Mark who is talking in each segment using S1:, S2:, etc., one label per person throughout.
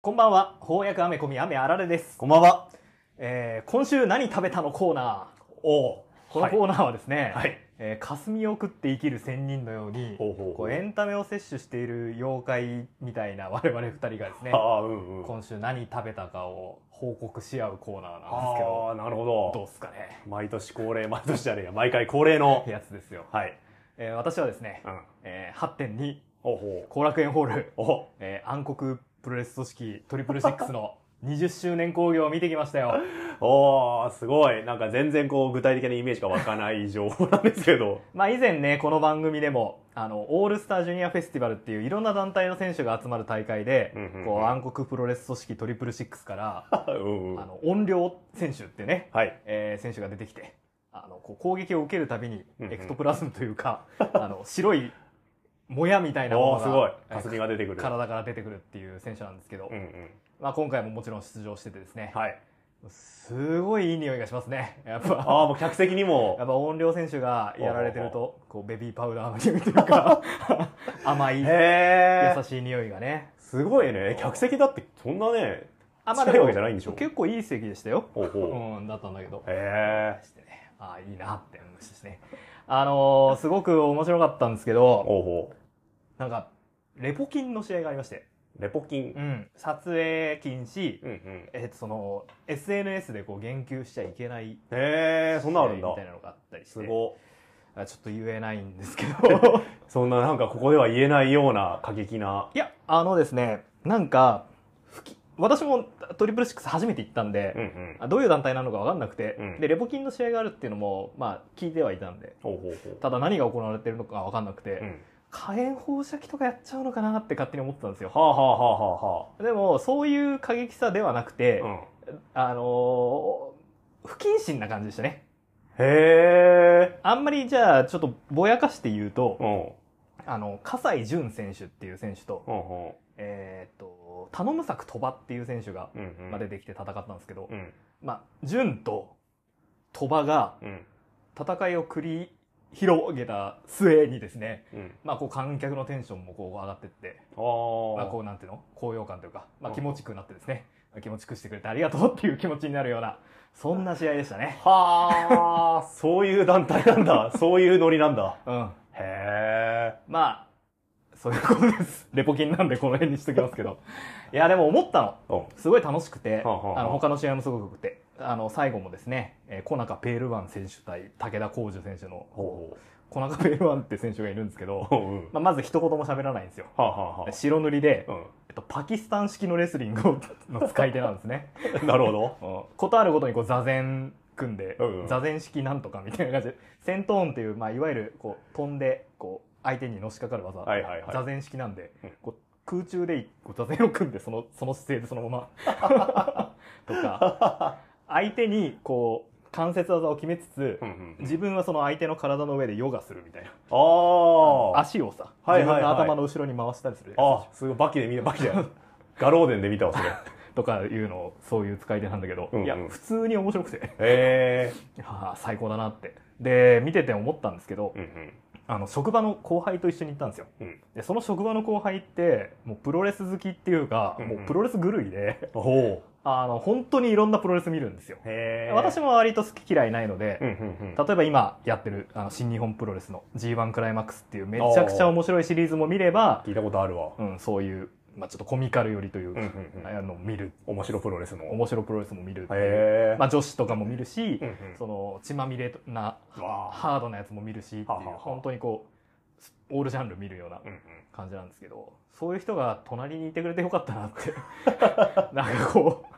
S1: こんばんは、翻訳アメコミ、アメあられです。
S2: こんばんは。
S1: えー、今週何食べたのコーナー。
S2: お
S1: このコーナーはですね、
S2: はい
S1: えー霞を食って生きる仙人のように、
S2: ほうほうほう
S1: こうエンタメを摂取している妖怪みたいな 我々二人がですね、
S2: ああ、うんうん。
S1: 今週何食べたかを報告し合うコーナーなんですけど、
S2: ああ、なるほ
S1: どう
S2: ど。
S1: っすかね。
S2: 毎年恒例、毎年じゃねえや、毎回恒例の。
S1: やつですよ。
S2: はい。
S1: えー、私はですね
S2: う、ん。
S1: えー、8.2、
S2: ほうほ
S1: 後楽園ホール、
S2: う。お
S1: えー、暗黒プロレス組織トリプルシックスの20周年興行を見てきましたよ。
S2: おーすごい。なんか全然こう、具体的なイメージが湧かない情報なんですけど。
S1: まあ以前ね、この番組でも、あの、オールスタージュニアフェスティバルっていういろんな団体の選手が集まる大会で、
S2: うんうんうん
S1: こう、暗黒プロレス組織トリプルシックスから、あ
S2: うんうん。
S1: の、音量選手ってね、
S2: はい。
S1: えー選手が出てきて、あの、こう攻撃を受けるたびに、
S2: うんうん
S1: エクトプラズムというか、 あの、白い、もやみたいな
S2: お
S1: も
S2: おすごい
S1: の。が、
S2: 霞が出てくる。
S1: 体から出てくるっていう選手なんですけど、
S2: うんうん。
S1: まあ今回ももちろん出場しててですね、
S2: はい。
S1: すごいいい匂いがしますね。やっぱ。
S2: ああ、もう客席に
S1: や
S2: も
S1: っ。ぱ音量選手がやられてるとこうベビーパウダーの匂いという か甘い優
S2: へえ。
S1: しい匂いがね
S2: すごいね。客席だって、そんなね、
S1: あ
S2: 近いわけじゃないんでしょ
S1: 結構いい席でしたよ、
S2: ほうほ
S1: うん、だったんだけど
S2: う。へえ。
S1: してねあーいいなって思いましたしねあのーすごく面白かったんですけど
S2: ほうほ
S1: なんかレポ金の試合がありまして、
S2: う。レポ金
S1: う。ん、撮影禁止、
S2: うんうん。
S1: えっとその SNS でこう言及しちゃいけない
S2: へえ、そんなんあるん
S1: み
S2: だ
S1: たい。なのがあったりして
S2: すごい。
S1: あちょっと言えないんですけど
S2: そんななんかここでは言えないような過激な。
S1: いや、あのですね、なんか、吹き私もトリプルシックス初めて行ったんで、
S2: ん
S1: あどういう団体なのか分かんなくて、
S2: うん
S1: で、レポ金の試合があるっていうのも、まあ、聞いてはいたんで、
S2: ほうほうほう。
S1: ただ何が行われてるのか分かんなくて、
S2: うん。
S1: 火炎放射器とかやっちゃうのかなって勝手に思ってたんですよ。
S2: はあはあはあはあは
S1: でも、そういう過激さではなくて、
S2: あ。うん。
S1: あのー不謹慎な感じでしたね。
S2: へえ。
S1: あんまり、じゃあ、ちょっとぼやかして言うと、
S2: うん。うん
S1: あの、葛西潤選手っていう選手と、
S2: うん。
S1: えーっと、頼む作鳥羽っていう選手が、
S2: うんうん。
S1: まあ出てきて戦ったんですけど、
S2: うん。
S1: まあ、純と鳥羽が
S2: うん。
S1: 戦いを繰り広げた末にですね、
S2: うん。
S1: まあ、こう観客のテンションもこう上がってって、まあ、
S2: あ
S1: こうなんていうの高揚感というか、まあ、
S2: うん
S1: 気持ちよくなってですね、気持ちよくしてくれてありがとうっていう気持ちになるような、そんな試合でしたね。
S2: あ。はあ。 そういう団体なん だ。そういうノリなんだ。
S1: うん。
S2: へえ。
S1: まあ、そういうことです。レポ金なんでこの辺にしときますけど。いや、でも思ったの。
S2: うん。
S1: すごい楽しくて、
S2: はあはあ
S1: あの他の試合もすごく良くて、あの最後もですね、えー、小中ペールワン選手対武田浩二選手の
S2: ほ
S1: 小中ペールワンって選手がいるんですけ
S2: う
S1: ど、
S2: ほう。うん。
S1: まあ、まず一言も喋らないんですよ。
S2: はあはあは
S1: 白塗りで、
S2: あ。
S1: えっと、パキスタン式のレスリングをの使い手なんですね。
S2: うん。 なるほど。
S1: ことあるごとにこう座禅組んで、
S2: うんうん
S1: 座禅式なんとかみたいな感じで、セントーンっていう、まあ、いわゆるこう飛んでこう相手にのしかかる技、
S2: はいはいはい
S1: 座禅式なんで、
S2: うん
S1: こう空中でこう座禅を組んでその その姿勢でそのま まとか相手にこう関節技を決めつつ、
S2: うんうん。
S1: 自分はその相手の体の上でヨガするみたいな。
S2: ああ。
S1: 足をさ、
S2: はい
S1: 自分
S2: はい
S1: の
S2: はい
S1: 頭の後ろに回したりする
S2: あ、すごい。バキで見た。バキじ ゃない。ガローデンで見たわ、それ。へ
S1: とかいうのをそういう使い手なんだけど、
S2: うんうん
S1: いや普通に面白くて
S2: え。
S1: ああ最高だなってで見てて思ったんですけど、
S2: うんうん。
S1: あの職場の後輩と一緒に行ったんですよ、
S2: うん
S1: でその職場の後輩ってもうプロレス好きっていうか、
S2: うんうん
S1: もうプロレス狂いで
S2: ほう。
S1: あの本当にいろんなプロレス見るんですよ、
S2: へえ。
S1: 私も割と好き嫌いないので、
S2: うんうんうん。
S1: 例えば今やってるあの新日本プロレスの g 1クライマックスっていうめちゃくちゃ面白いシリーズも見れば、
S2: 聞いたことあるわ。
S1: うん、そういう、まあ、ちょっとコミカル寄りというか、
S2: うんうんうん
S1: あの見る
S2: 面白プロレスの。
S1: 面白プロレスも見るっていう
S2: へえ。
S1: まあ、女子とかも見るし、
S2: うんうん
S1: その血まみれな
S2: わあ
S1: ハードなやつも見るしっていう
S2: はあはあはあ
S1: 本当にこうすオールジャンル見るような
S2: うんうん
S1: 感じなんですけどそういう人が隣にいてくれてよかったなって なんかこう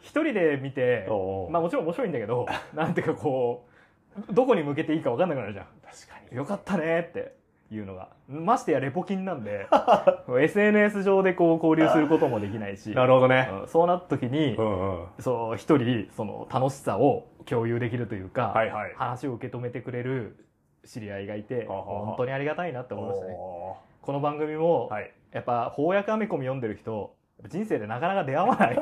S1: 一人で見て
S2: おうおう
S1: まあもちろん面白いんだけどなんていうかこうどこに向けていいか分かんなくなるじゃ
S2: 確か
S1: ん
S2: に。
S1: よかったねっていうのがましてやレポ金なん で SNS 上でこう交流することもできないし
S2: なるほどね。
S1: うんそうなった時に、
S2: うんうん。
S1: そう、一人、その、楽しさを共有できるというか、
S2: はいはい。
S1: 話を受け止めてくれる知り合いがいて、
S2: はあはあ
S1: 本当にありがたいなって思いましたね。
S2: お
S1: この番組も、
S2: ーはい。
S1: やっぱ、翻訳アメコミ読んでる人、人生でなかなか出会わ ない。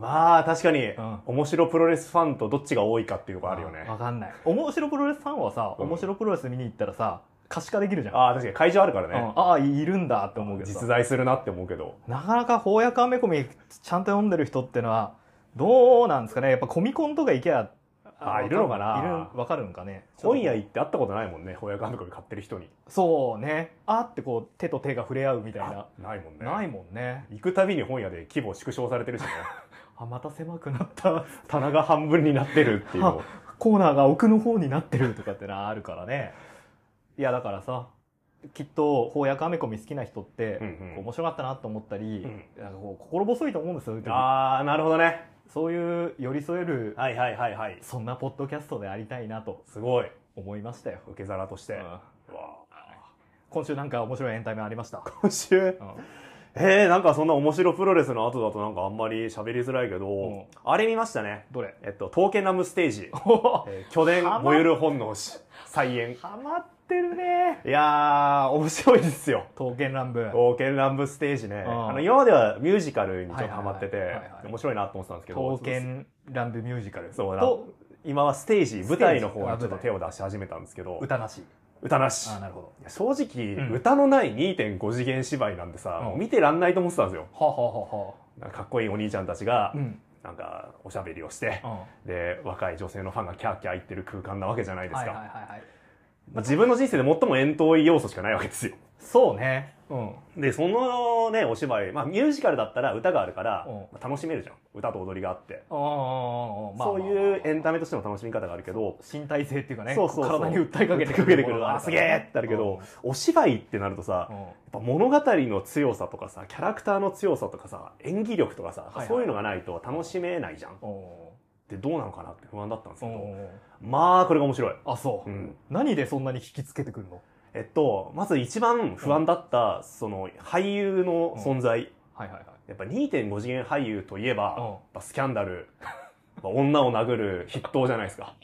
S2: まあ確かに
S1: ん、
S2: 面白プロレスファンとどっちが多いかっていうのがあるよね。
S1: わかんない。面白プロレスファンはさ、
S2: うん
S1: 面白プロレス見に行ったらさ、可視化できるじゃん。
S2: ああ、確かに会場あるから
S1: うん
S2: ね。
S1: ああ、いるんだって思うけどさ
S2: 実在するなって思うけど。
S1: なかなか翻訳アメコミちゃんと読んでる人ってのは、どうなんですかねやっぱコミコンとか行けば、
S2: あいるのかない
S1: るわかるんかね
S2: 本屋
S1: ちょっ
S2: 行って会ったことないもんね。翻訳アメコミ買ってる人に。
S1: とそうね。あーってこう、手と手が触れ合うみたいな。
S2: ないもんね。
S1: ないもんね。
S2: 行くたびに本屋で規模縮小されてるしね。
S1: あ、また狭くなった。
S2: 棚が半分になってるっていう のを。
S1: コーナーが奥の方になってるとかってな、あるからね。いや、だからさ、きっと翻訳アメコミ好きな人って、
S2: うんうん
S1: こう面白かったなと思ったり、
S2: う
S1: なんかこう心細いと思うんですよ。そういう時
S2: ああ、なるほどね。
S1: そういう寄り添える、
S2: はいはいはいはい。
S1: そんなポッドキャストでありたいなと
S2: すごい。
S1: 思いましたよ。
S2: 受け皿として。
S1: う
S2: わ
S1: ん
S2: あ
S1: 今週なんか面白いエンタメありました。
S2: 今週、
S1: うん
S2: えー、なんかそんな面白プロレスの後だとなんかあんまり喋りづらいけど、
S1: うん
S2: あれ見ましたね。
S1: どれ
S2: えっと、トーケナムステージ。
S1: ハ
S2: えー、巨伝
S1: はま
S2: 燃ゆる本能し、再演。
S1: マってるね。
S2: いやー、面白いですよ。
S1: 刀剣乱舞。
S2: 刀剣乱舞ステージね。
S1: うん
S2: あの、今まではミュージカルにちょっとハマって
S1: はい
S2: て
S1: はいはいはい、
S2: 面白いなと思ってたんですけ
S1: 刀
S2: ど、
S1: 剣乱舞ミュージカル。
S2: そうだ
S1: と、
S2: 今はステージ、
S1: ージ
S2: 舞台の方にちょっと手を出し始めたんですけど、
S1: 歌なし。
S2: 歌なし
S1: あ。ーなるほ
S2: 正直、
S1: うん
S2: 歌のない2.5次元芝居なんてさ、
S1: うん
S2: もう見てらんないと思ってたんですよ。
S1: ど。はあ、はあはは
S2: なんかかっこいいお兄ちゃんたち
S1: あ、、
S2: が
S1: うん。
S2: なんかおしゃべりをして、
S1: うん。
S2: で、若い女性のファンがキャーキャー言ってる空間なわけじゃないですか。
S1: はいはいはいはい。
S2: まあ自分の人生で最も遠遠い要素しかないわけですよ。
S1: そうね。うん。
S2: で、そのね、お芝居、まあミュージカルだったら歌があるから
S1: うん、
S2: まあ楽しめるじゃん。歌と踊りがあって。
S1: ああ、まあ。
S2: そういうエン
S1: タ
S2: タメとしての楽しみ方があるけど、
S1: 身体性っていうかね、
S2: そうそうそう
S1: 体に訴えかけて
S2: 訴えかけてく
S1: も
S2: る
S1: のが
S2: あすげえってなるけど、お芝居ってなるとさ、
S1: うん
S2: や
S1: うん
S2: っぱ物語の強さとかさ、キャラクターの強さとかさ、演技力とかさ、
S1: いはい
S2: そういうのがないと楽しめないじゃん。っ
S1: お
S2: てどうなのかなって不安だったんです
S1: ー
S2: け
S1: お
S2: ど、
S1: ー
S2: まあ、これが面白い。
S1: あ、そうう。
S2: ん。
S1: 何でそんなに引きつけてくるの
S2: えっと、まず一番不安だった、その、俳優の存在。
S1: はいはいはい。
S2: やっぱ2.5次元俳優といえば、
S1: うん
S2: やっぱスキャン ダル、やっぱ女を殴る筆頭じゃないですか。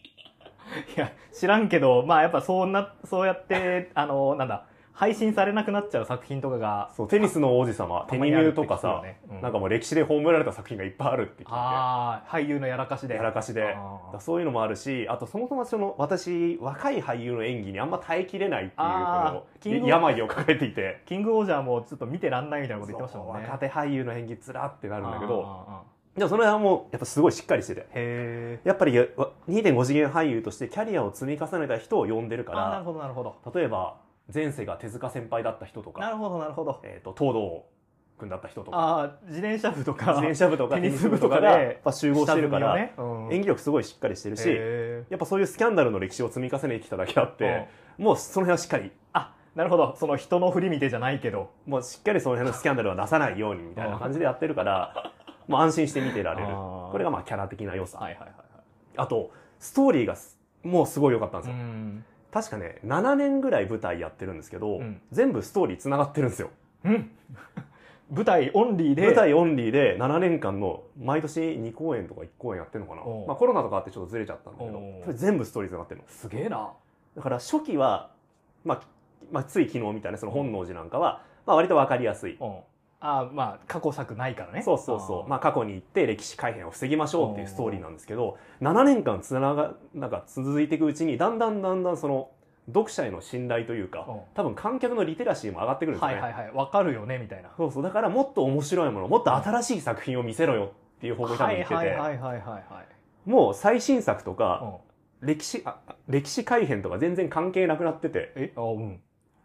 S1: いや、知らんけど、まあやっぱそうな、そうやって、あの、なんだ、配信されなくなっちゃう作品とかが、
S2: そう、テニスの王子様、
S1: た
S2: テ
S1: ま
S2: ニ
S1: に
S2: ミ
S1: ある
S2: ュ
S1: っ
S2: ー
S1: て聞
S2: と
S1: くよね
S2: かさ、
S1: うん
S2: なんかもう歴史で葬られた作品がいっぱいあるって聞いて、や
S1: ああ、俳優のやらかしで。
S2: らかしで。だから
S1: あ
S2: そういうのもあるし、あとそもそもその私、若い俳優の演技にあんま耐えきれないっていう、こ
S1: あー
S2: の
S1: キングオブ
S2: 病を抱えていて、
S1: ーキングオージャーもちょっと見てらんないみたいなこと言ってましたもんね。
S2: 若手俳優の演技つらってなるんだけど、
S1: あ
S2: でもその辺はもうやっぱすごいしっかりしてて、
S1: ー。へえ。
S2: やっぱりわ2.5次元俳優としてキャリアを積み重ねた人を呼んでるか
S1: あーなる
S2: ら、
S1: ほど、なるほど。
S2: 例えば前世が手塚先輩だった人と
S1: な
S2: か、
S1: るほど、なるほど。
S2: えー、と東堂君だった人とか
S1: ああ、自転車部とか、
S2: 自転車部とか
S1: テ
S2: テ
S1: ニ
S2: ニ
S1: ス
S2: ス
S1: 部
S2: 部
S1: と
S2: と
S1: か
S2: か
S1: で
S2: がやっぱ集合
S1: 下
S2: して
S1: 積
S2: る
S1: み
S2: か
S1: を
S2: ら、
S1: ね、うん
S2: 演技力すごいしっかりしてるし、
S1: へー
S2: やっぱそういうスキャンダルの歴史を積み重ねてきただけあって、もうその辺はしっかり。
S1: あ、なるほど。その人の振り見てじゃないけど。
S2: もうしっかりその辺のスキャンダルは出さないようにみたいな感じでやって るから、もう安心して見てられる。
S1: こ
S2: これが、まあキャラ的な良さ。
S1: はいはいはい
S2: あと、ストーリーがすもうすごい良かったんで
S1: はい。
S2: すよ。
S1: ん。
S2: 確かね、7年ぐらい舞台やってるんですけど、
S1: うん
S2: 全部ストーリー繋がってる んですよ。
S1: うん。舞台オンリーで。
S2: 舞台オンリーで7年間の毎年2公演とか1公演やってるのかな
S1: おう、
S2: まあ、コロナとかあってちょっとずれちゃったんだけ
S1: おうお
S2: ど
S1: う
S2: それ全部ストーリーズになってるの
S1: すげえな。
S2: だから初期は、まあきまあ、つい昨日みたいなその本能寺なんかは、まあ、割と分かりやすい
S1: うん。あーまあ、過去作ないからね。
S2: そうそうそう
S1: ま
S2: まあ、過去に行って歴史改変を防ぎましょうっていうストーリーなんですけど7年間つながなんか続いていくうちにだんだんだんだんその読者への信頼というか
S1: おう
S2: 多分観客のリテラシーも上がってくるんですよ
S1: は
S2: ね、
S1: いはいはい。わかるよね、みたいな。
S2: そうそうだからもっと面白いものもっと新しい作品を見せろよっていう方向に多分行ってて、
S1: はいはいはいはいはい
S2: もう最新作とか、
S1: はい。
S2: 歴史、ああ歴史改変とか全然関係なくなってて、
S1: えあ、うん。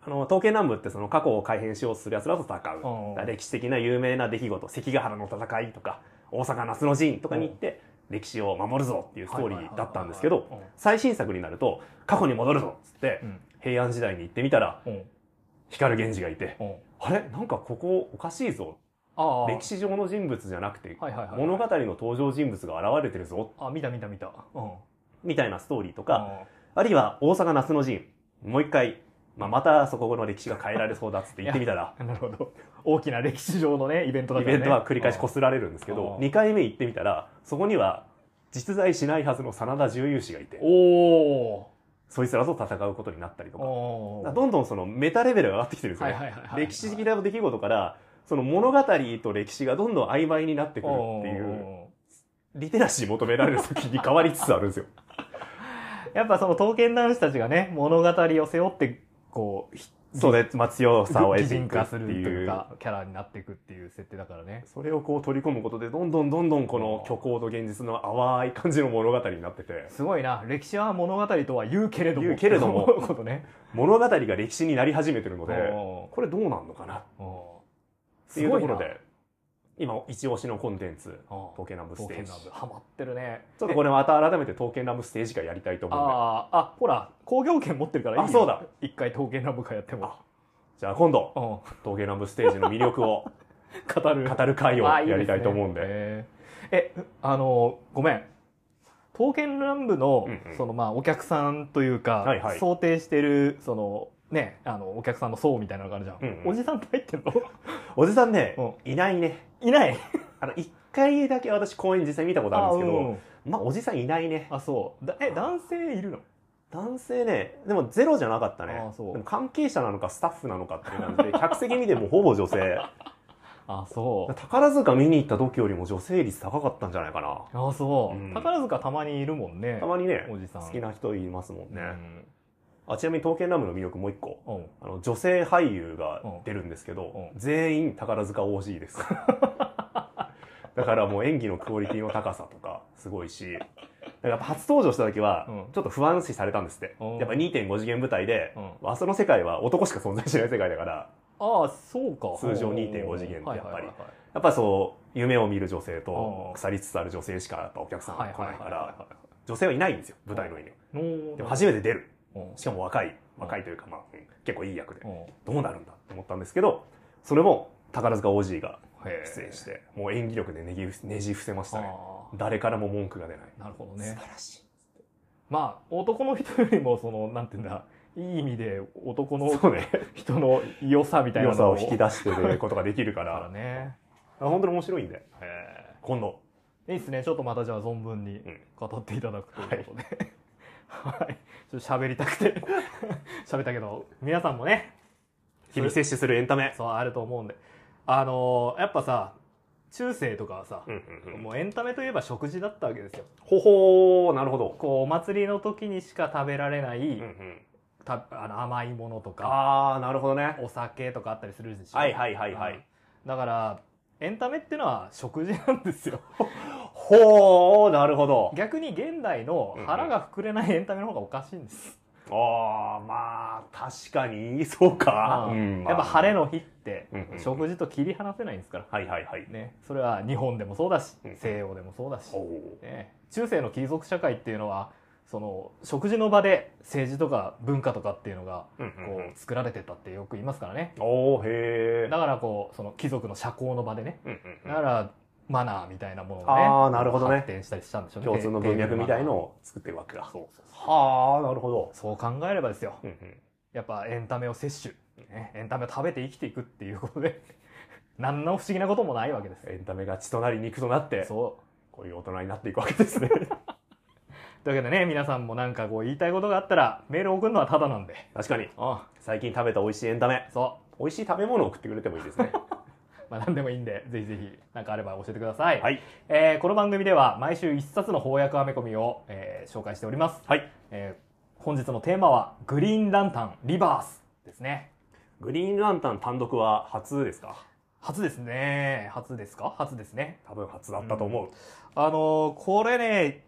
S2: あの、東京南部ってその過去を改変しようとする奴らと戦う。だから歴史的な有名な出来事、関ヶ原の戦いとか、大阪夏の陣とかに行って、歴史を守るぞっていうストーリーだったんですけど、最新作になると、過去に戻るぞっつって
S1: う、ん。
S2: 平安時代に行ってみたら、
S1: うん。
S2: 光源氏がいて、
S1: うん。
S2: あれなんかここおかしいぞ。
S1: ああ。
S2: 歴史上の人物じゃなくて、
S1: はいはいはい。
S2: 物語の登場人物が現れてるぞ、
S1: あ、見た見た見た。うん。
S2: みたいなストーリーとか、
S1: あ
S2: あるいは大阪夏の陣、もう一回、まあ、またそこの歴史が変えられそうだっつって言ってみたら、
S1: ーなるほど。大きな歴史上のね、イベントだ
S2: イ
S1: から
S2: ベ
S1: ね。
S2: ントは繰り返しこ
S1: す。
S2: すられるんですけど
S1: う、ん
S2: 2回目行ってみたら、そこには実在しないはずの真田重勇士がいて、
S1: お
S2: そいつらと戦うことになったりと
S1: ー。
S2: か、だか
S1: お
S2: ら
S1: ー。
S2: どんどんそのメタレベルが上がってきてるんです
S1: は
S2: よ
S1: い
S2: ね。
S1: はいはいはい。
S2: 歴史的な出来事から、その物語と歴史がどんどん曖昧になってくるっていう、
S1: お
S2: リテラシー求められる作品に 変わりつつあるんですよ。
S1: ーやっぱその刀剣男子たちがね、物語を背負ってこうひ
S2: それ、まあ、強さを
S1: 擬
S2: 得てい
S1: 人
S2: く
S1: 化
S2: っ
S1: す
S2: て
S1: ると
S2: い
S1: いう
S2: う
S1: かキャラになっていくっていう設定だからね
S2: それをこう取り込むことでどんどんどんどんこの虚構と現実の淡い感じの物語になってて
S1: すごいな歴史は物語とは言うけれども
S2: 言うけれども
S1: って思うことね
S2: 物語が歴史になり始めてるので
S1: おー
S2: これどうなんのかなっ
S1: おー
S2: ていうと
S1: すごい
S2: ころ
S1: な
S2: で今一押しのコンテンツ
S1: おー
S2: 刀剣乱舞ス
S1: 刀
S2: テ
S1: 剣
S2: ージ
S1: 乱舞ハマってるね
S2: ちょっとこれまた改めて刀剣乱舞ステージがやりたいと思うん
S1: あ
S2: で
S1: ーあほら工業権持ってるからいいよ
S2: あそうだ
S1: 一回刀剣乱舞会やっても
S2: あじゃあ今度
S1: う
S2: 刀剣乱舞ステージの魅 力を
S1: ん語る
S2: 語る回を
S1: あー
S2: やりたいと思うん
S1: いい
S2: です
S1: ねえーえあのごめん刀剣乱舞の,、
S2: うんうん
S1: そのまあお客さんというか、
S2: はいはい
S1: 想定してるそのねあのお客さんの層みたいなのがあるじゃん、
S2: うんうん
S1: おじさんって入って んの
S2: おじさんね
S1: う
S2: いないね
S1: いない
S2: あの1回だけ私公演実際見たことあるんですけ
S1: う
S2: ど
S1: ん
S2: まあおじさんいないね
S1: あそうだえ男性いるの
S2: 男性ねでもゼロじゃなかったね
S1: あーそう
S2: でも関係者なのかスタッフなのかっていう感じで客席見てもほ ぼ女性
S1: あそう
S2: 宝塚見に行った時よりも女性率高かったんじゃないかな
S1: あそう、
S2: うん
S1: 宝塚たまにいるもんね
S2: たまにね
S1: おじさん
S2: 好きな人いますもんね、
S1: うん
S2: あちなみに刀剣ラムの魅力もう一個
S1: うん
S2: あの女性俳優が出るんですけ
S1: うん
S2: ど
S1: うん、
S2: 全員宝塚 OG ですだからもう演技のクオリティの高さとかすごいしだからやっぱ初登場した時は
S1: うん
S2: ちょっと不安視されたんですって、
S1: うん
S2: やっぱ2.5次元舞台で
S1: うん
S2: わその世界は男しか存在しない世界だから
S1: ああそうか
S2: 通常2.5次元ってやっぱ
S1: はいは
S2: り
S1: いはいはい
S2: やっぱそう夢を見る女性
S1: う
S2: と
S1: ん
S2: 腐りつつある女性しかやっぱお客さんは来ないか
S1: はいはいはい
S2: ら女性はいないんですよ舞台の上には
S1: の
S2: でも初めて出る
S1: うん
S2: しかも若い若いというかまあうん結構いい役で
S1: うん
S2: どうなるんだと思ったんですけどそれも宝塚 OG が
S1: へえ
S2: 出演してもう演技力でねぎふねじ伏せましたね
S1: あ
S2: 誰からも文句が出ない
S1: あなるほど
S2: 素晴
S1: ね
S2: らしい
S1: まあ男の人よりもそのなんていうんだいい意味で男の
S2: そうね
S1: 人の良さみたいな
S2: 良
S1: の
S2: さを引き出してることができるか
S1: だから らね
S2: 本当に面白いんで
S1: へえ
S2: 今度
S1: いいですね。ちょっとまたじゃあ存分に
S2: うん
S1: 語っていただくということで。はい。ちょっと喋りたくて。喋ったけど、皆さんもね、
S2: 日々摂取するエンタメ
S1: そうあると思うんで。あのーやっぱさ、中世とかはさ
S2: う、んうんうん
S1: もうエンタメといえば食事だったわけですよ。
S2: ほほーなるほど
S1: こう、お祭りの時にしか食べられない、
S2: うんうん
S1: たあの甘いものとか、
S2: ああなるほどね
S1: お酒とかあったりするでしょ。
S2: はいはいはいは
S1: うん
S2: い。
S1: だから、エンタメってのは食事なんです よ。
S2: ほう、なるほど。
S1: 逆に現代の腹が膨れないエンタメの方がおかしいんです。
S2: ああ、まあ、確かに、そうか。うんまあ
S1: やっぱ晴れの日って
S2: うんうん
S1: 食事と切り離せないんですから、
S2: はいはいはい。
S1: ね、それは日本でもそうだし
S2: うん
S1: 西洋でもそうだし、
S2: ほう
S1: ね、中世の貴族社会っていうのはその食事の場で政治とか文化とかっていうのが
S2: うんうんう
S1: こ
S2: ん
S1: う作られてったってよく言いますからね
S2: おー、へえ。
S1: だからこうその貴族の社交の場でね
S2: うんうんうん
S1: だからマナーみたいなものがね
S2: あーなるほどね
S1: 発展したりしたんでしょうね
S2: 共通の文脈みたいの
S1: テ
S2: を作ってるわけだ
S1: ー。ブルマナーそうそうそう
S2: はあ、なるほど。
S1: そう考えればですよ
S2: うんうん
S1: やっぱエンタメを摂取、ね、エンタメを食べて生きていくっていうことで 何の不思議なこともないわけです
S2: エンタメが血となり肉となって、
S1: そ
S2: こういう大人になっていくわけですね。
S1: うというわけでね皆さんもなんかこう言いたいことがあったらメール送るのはタダなんで
S2: 確かに、
S1: あ
S2: 最近食べた美味しいエンタメ、
S1: そ
S2: 美味しい食べ物を送ってくれてもいいですね。
S1: う、まあ、何でもいいんでぜひぜひ何かあれば教えてください、
S2: はい。
S1: えーこの番組では毎週一冊の翻訳アメコミを、えー紹介しております、
S2: はい。
S1: えー本日のテーマは「グリーンランタンリバース」ですね
S2: グリーンランタン単独は初ですか
S1: 初ですね初ですか初ですね
S2: 多分初だったと思う。
S1: あのーこれね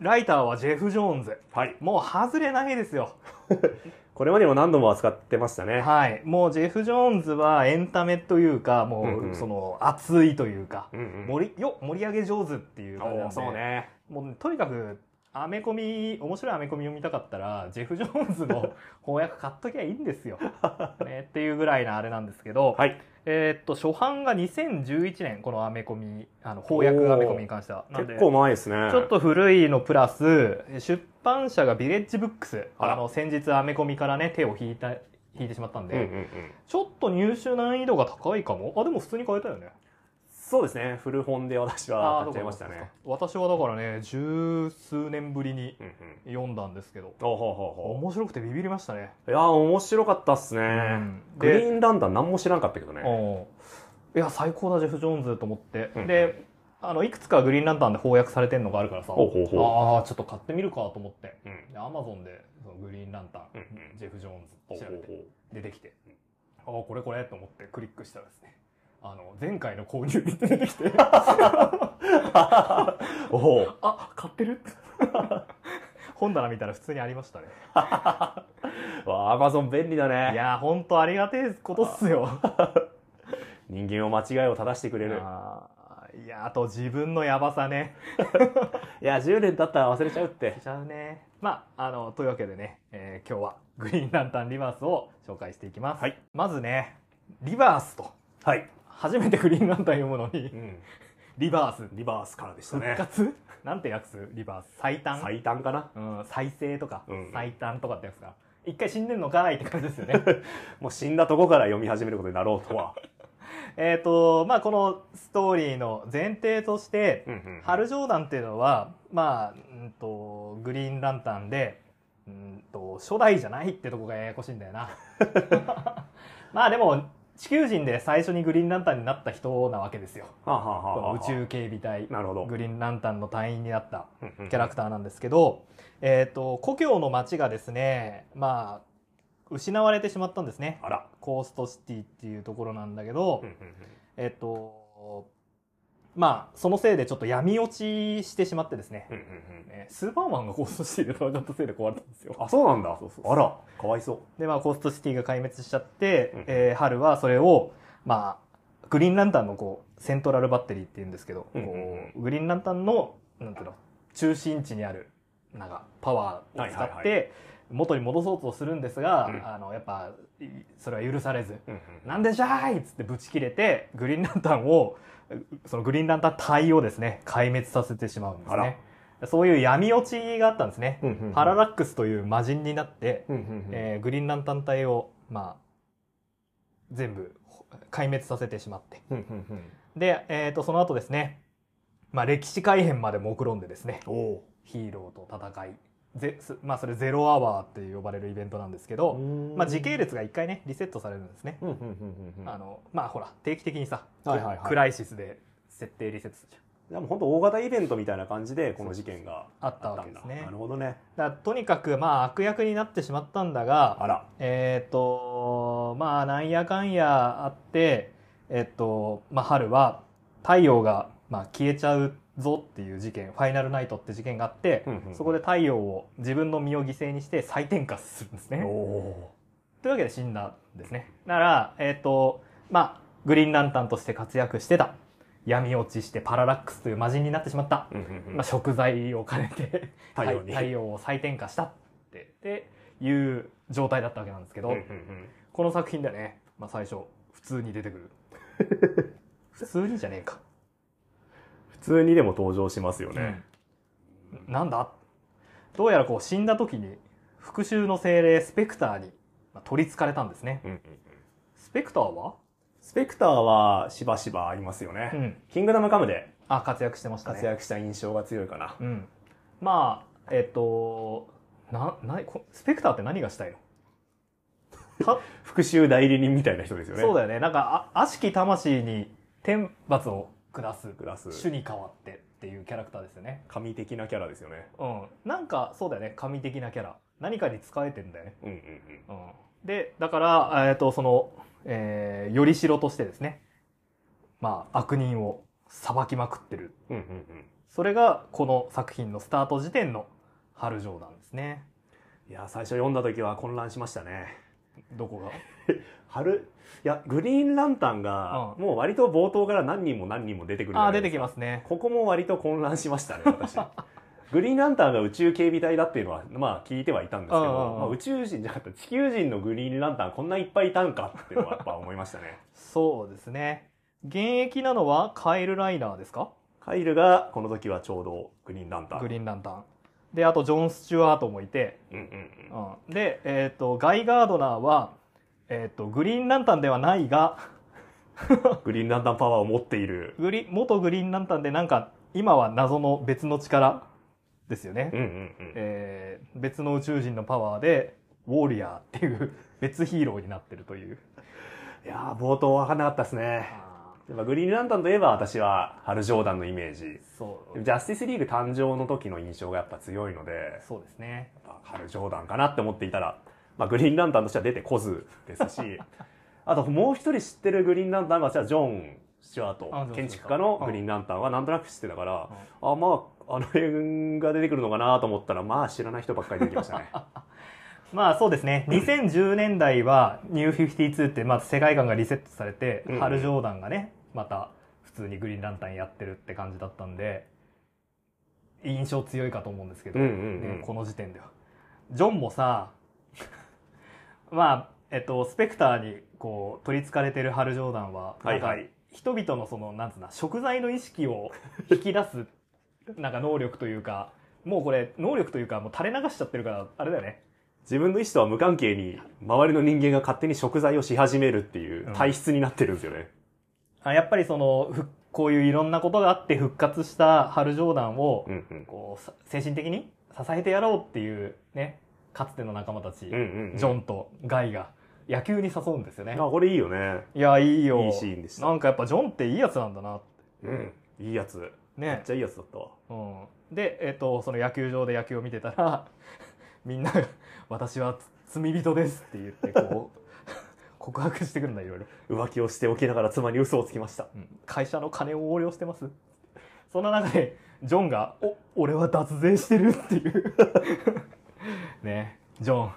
S1: ライターはジェフ・ジョーンズ
S2: はい。
S1: もう外れないですよ。
S2: これまでも何度も扱ってましたね。
S1: はい。もうジェフ・ジョーンズはエンタメというか、も
S2: うんう
S1: う、
S2: ん
S1: その、熱いというか、
S2: うんうん
S1: 盛り、よ、盛り上げ上手っていう感じなん
S2: お
S1: で
S2: ーそう。ね。
S1: もうね、とにかく、アメコミ、面白いアメコミを見たかったら、ジェフ・ジョーンズ の翻訳買っときゃいいんですよ。ね、っていうぐらいなあれなんですけど、
S2: はい。
S1: えーっと、初版が2011年、このアメコミ、あの、翻訳アメコミに関しては。なんで
S2: 結構前ですね。
S1: ちょっと古いのプラス出版社がビレッジブックス
S2: あら
S1: あの先日アメコミからね手を引いた引いてしまったん
S2: う
S1: で、
S2: んうんうん。
S1: ちょっと入手難易度が高いかもあでも普通に買えたよね
S2: そうですね。古本で私は買っちゃいましたね。
S1: 私はだからね十数年ぶりに
S2: うんうん。
S1: 読んだんですけど
S2: おほうほうほ
S1: 面白くてビビりましたね、
S2: う。いやー、面白かったっすね。
S1: うん
S2: グリーンランタン何も知らんかったけどね。
S1: うんいや最高だジェフ・ジョーンズと思って、
S2: うん
S1: であのいくつかグリーンランタンで翻訳されてるのがあるからさ
S2: ほうほうほ
S1: ああちょっと買ってみるかと思って
S2: うん
S1: でアマゾンでそのグリーンランタン、
S2: うんうん
S1: ジェフ・ジョーン
S2: ほう
S1: ズ調
S2: ほ
S1: べ
S2: う
S1: て
S2: ほ
S1: 出てきて、ああこれこれと思ってクリックしたらですねあの前回の購入って出てき て
S2: うおう
S1: あ買ってる 本棚見たら普通にありましたね
S2: わあアマゾン便利だ
S1: い
S2: ね
S1: やーほんとありがてえことっすよ
S2: 人間を間違いを正してくれる
S1: あーいやーあと自分のやばさね
S2: いや10年経ったら忘れちゃうって
S1: ちゃうねまああのというわけでね、えー今日はグリーンランタンリバースを紹介していきます、
S2: はい
S1: まずねリバースと
S2: はい、
S1: 初めてグリーンランタン読むのに
S2: うん、
S1: リバース
S2: リバースからでした
S1: 復
S2: ね
S1: 活、なんて訳すリバース最短
S2: 最短かな
S1: うん、再生とか、
S2: うん
S1: 最短とかってやつか一回死んでんのかーいって感じですよね
S2: もう死んだとこから読み始めることになろうとは、
S1: えっとまあこのストーリーの前提として、
S2: うんうん
S1: ハル・ジョーダンっていうのはまあ、うん、とグリーンランタンで、うん、と初代じゃないってとこがややこしいんだよ なまあでも地球人で最初にグリーンランタンになった人なわけですよ
S2: はあはあはあ
S1: こ
S2: はあ
S1: の宇宙警備隊
S2: なるほど
S1: グリーンランタンの隊員になった
S2: キ
S1: キャラクターなんですけど、えー、と故郷の町がですねまあ失われてしまったんですね
S2: あら、
S1: コーストシティっていうところなんだけど、
S2: うんうんうん
S1: えっ、とまあそのせいでちょっと闇落ちしてしまってですね、
S2: うんうんうん
S1: ねスーパーマンがコーストシティで戦ったせいで壊れたんですよ
S2: あそうなんだあらかわいそ
S1: でまあコーストシティが壊滅しちゃって、
S2: うん
S1: えー春はそれをまあグリーンランタンのこうセントラルバッテリーっていうんですけど、
S2: うんうんうん
S1: こうグリーンランタンのなんていうの中心地にあるなんかパワーを使
S2: はい
S1: っ
S2: はいは
S1: て元に戻そうとするんですが、
S2: うん
S1: あのやっぱいそれは許されず、
S2: う、
S1: なんでじゃーいっつってぶち切れてグリーンランタンをそのグリーンランタン隊をですね壊滅させてしまうんですねそういう闇落ちがあったんですね、
S2: うんうんうん
S1: パララックスという魔人になって、
S2: うんうんうん
S1: えーグリーンランタン隊をまあ全部ほ壊滅させてしまって
S2: うんうんうん
S1: で、えー、とその後ですね、まあ、歴史改変まで目論んでですね
S2: おお
S1: ヒーローと戦いゼすまあそれゼロアワーって呼ばれるイベントなんですけど、まあ、時系列が一回ねリセットされるんですね
S2: うんうんうんうんうん
S1: あのまあほら定期的にさ、
S2: はいはいはい
S1: クライシスで設定リセットするじゃん
S2: でも本当大型イベントみたいな感じでこの事件が
S1: あった
S2: あった
S1: わけ
S2: ん
S1: で
S2: だ
S1: すね
S2: なるほどね
S1: だからとにかくまあ悪役になってしまったんだが
S2: あら
S1: えっ、とまあなんやかんやあってえっ、と、まあ、春は太陽が、まあ、消えちゃうぞっていう事件ファイナルナイトって事件があって、
S2: うんうん
S1: そこで太陽を自分の身を犠牲にして再転化するんですね
S2: おお
S1: というわけで死んだんですね。なら、えっ、と、まあ、グリーンランタンとして活躍してた。闇落ちしてパララックスという魔人になってしまった。
S2: うんうんうん
S1: まあ、食材を兼ね て
S2: 太陽に
S1: 太陽を再転化したってっていう状態だったわけなんですけど、
S2: うんうんうん
S1: この作品でね、まあ、最初普通に出てくる 普通にじゃねえか、
S2: 普通にでも登場しますよね
S1: うんなんだどうやらこう死んだ時に復讐の精霊スペクターにまあ取りつかれたんですね
S2: うんうんうん
S1: スペクターは、
S2: スペクターはしばしばありますよ
S1: う
S2: ね
S1: ん、
S2: キングダムカムで
S1: あ活躍してましたね
S2: 活躍した印象が強いかな
S1: うん、まあえっとななこスペクターって何がしたいのた
S2: 復讐代理人みたいな人ですよね
S1: そうだよねなんかあ悪しき魂に天罰を下す
S2: クラス
S1: 主に代わってっていうキャラクターですよね
S2: 神的なキャラですよね
S1: うんなんかそうだよね神的なキャラ何かに仕えてんだよね、
S2: うんうんうん
S1: うん、でだからえっとそのえー、よりしろとしてですねまあ悪人を裁きまくってる
S2: うんうんうん
S1: それがこの作品のスタート時点の春冗談ですね
S2: いや最初読んだ時は混乱しましたね
S1: どこが
S2: 春いやグリーンランタンが
S1: うん
S2: もう割と冒頭から何人も何人も出てくる
S1: あー出てき
S2: ま
S1: ますね。
S2: ここも割と混乱しましたね私 グリーンランタンが宇宙警備隊だっていうのはまあ聞いてはいたんですけど、
S1: うんうんうん
S2: まあ、宇宙人じゃなくて地球人のグリーンランタンこんないっぱいいたんかっていうのはやっぱ思いましたね
S1: そうですね。現役なのはカエルライナーですか
S2: カイルがこの時はちょうどグリーンランタン
S1: グリーンランタン。で、あとジョン・スチュワートもいて、
S2: うんうんうん
S1: うん、で、えっ、と、ガイ・ガードナーは、えっ、と、グリーンランタンではないが、
S2: グリーンランタンパワーを持っている
S1: グリ、元グリーンランタンでなんか、今は謎の別の力ですよね
S2: う。んうんうん
S1: えー別の宇宙人のパワーで、ウォーリアーっていう別ヒーローになってるという。
S2: いやー冒頭わかんなかったですねでまあグリーンランタンといえば私はハル・ジョーダンのイメージ
S1: そう
S2: ジャスティスリーグ誕生の時の印象がやっぱ強いので
S1: そうですね
S2: まあハル・ジョーダンかなって思っていたら、まあ、グリーンランタンとしては出てこずですし あともう一人知ってるグリーンランタンが私はジョン・スチュワー
S1: あ
S2: ト
S1: そう
S2: 建築家のグリーンランタンはなんとなく知ってたから、あまああの辺が出てくるのかなと思ったらまあ知らない人ばっかり出てきました ね。
S1: まあそうですね2010年代はニュー52ってまず世界観がリセットされて、
S2: うん
S1: ハル・ジョーダンがねまた普通にグリーンランタンやってるって感じだったんで印象強いかと思うんですけど、
S2: うんうんうん
S1: ねこの時点では。ジョンもさ まあえっとスペクターにこう取りつかれてるハル・ジョーダンは、
S2: はいは
S1: なん
S2: い
S1: か人々のそのなんつうな食材の意識を引き出すなんか能力というかもうこれ能力というかもう垂れ流しちゃってるからあれだよね
S2: 自分の意思とは無関係に周りの人間が勝手に食材をし始めるっていう体質になってるんですよね。
S1: あやっぱりそのふこういういろんなことがあって復活したハル・ジョーダンを、
S2: うんうん
S1: こうさ精神的に支えてやろうっていうねかつての仲間たち、
S2: うんうんうん
S1: ジョンとガイが野球に誘うんですよね
S2: あこれいいよね。
S1: いやいいよ
S2: いいシーンでした
S1: なんかやっぱジョンっていいやつなんだな
S2: うん、いいやつ。めっ
S1: ね
S2: ちゃいいやつだったわ。
S1: うん、で、えっとその野球場で野球を見てたら みんなが「私は罪人です」って言ってこう 告白してくるんだいろいろ、
S2: 浮気をしておきながら妻に嘘をつきました。
S1: うん会社の金を横領してますそんな中でジョンが「お俺は脱税してる」っていう ねジョン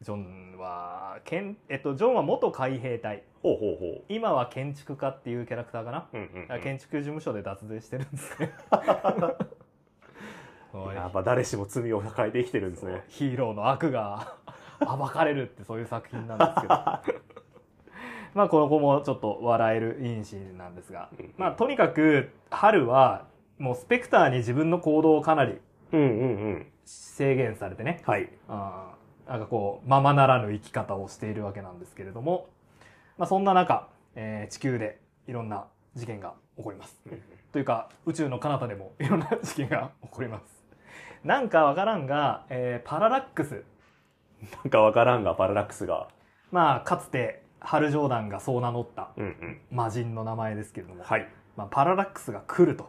S1: ジョンはけん、えっと、ジョンは元海兵隊
S2: ほうほうほ
S1: 今は建築家っていうキャラクターかな
S2: う。うんうん、
S1: あ
S2: うん。
S1: 建築事務所で脱税してるんですね。おい
S2: やっぱ誰しも罪を抱えて生きてるんですね。
S1: ヒーローの悪が暴かれるってそういう作品なんですけどまあこの子もちょっと笑えるいいシーンなんですが、
S2: うんうん
S1: まあ、とにかく春はもうスペクターに自分の行動をかなり
S2: うんうんうん。
S1: 制限されてね
S2: はい。
S1: あーなんかこうままならぬ生き方をしているわけなんですけれども、まあ、そんな中、えー地球でいろんな事件が起こります。というか宇宙の彼方でもいろんな事件が起こります。なんかわからんが、えーパララックス
S2: なんかわからんが、パララックスが。
S1: まあかつてハル・ジョーダンがそう名乗った
S2: うんうん。
S1: 魔人の名前ですけれども、
S2: はい。
S1: まあ、パララックスが来ると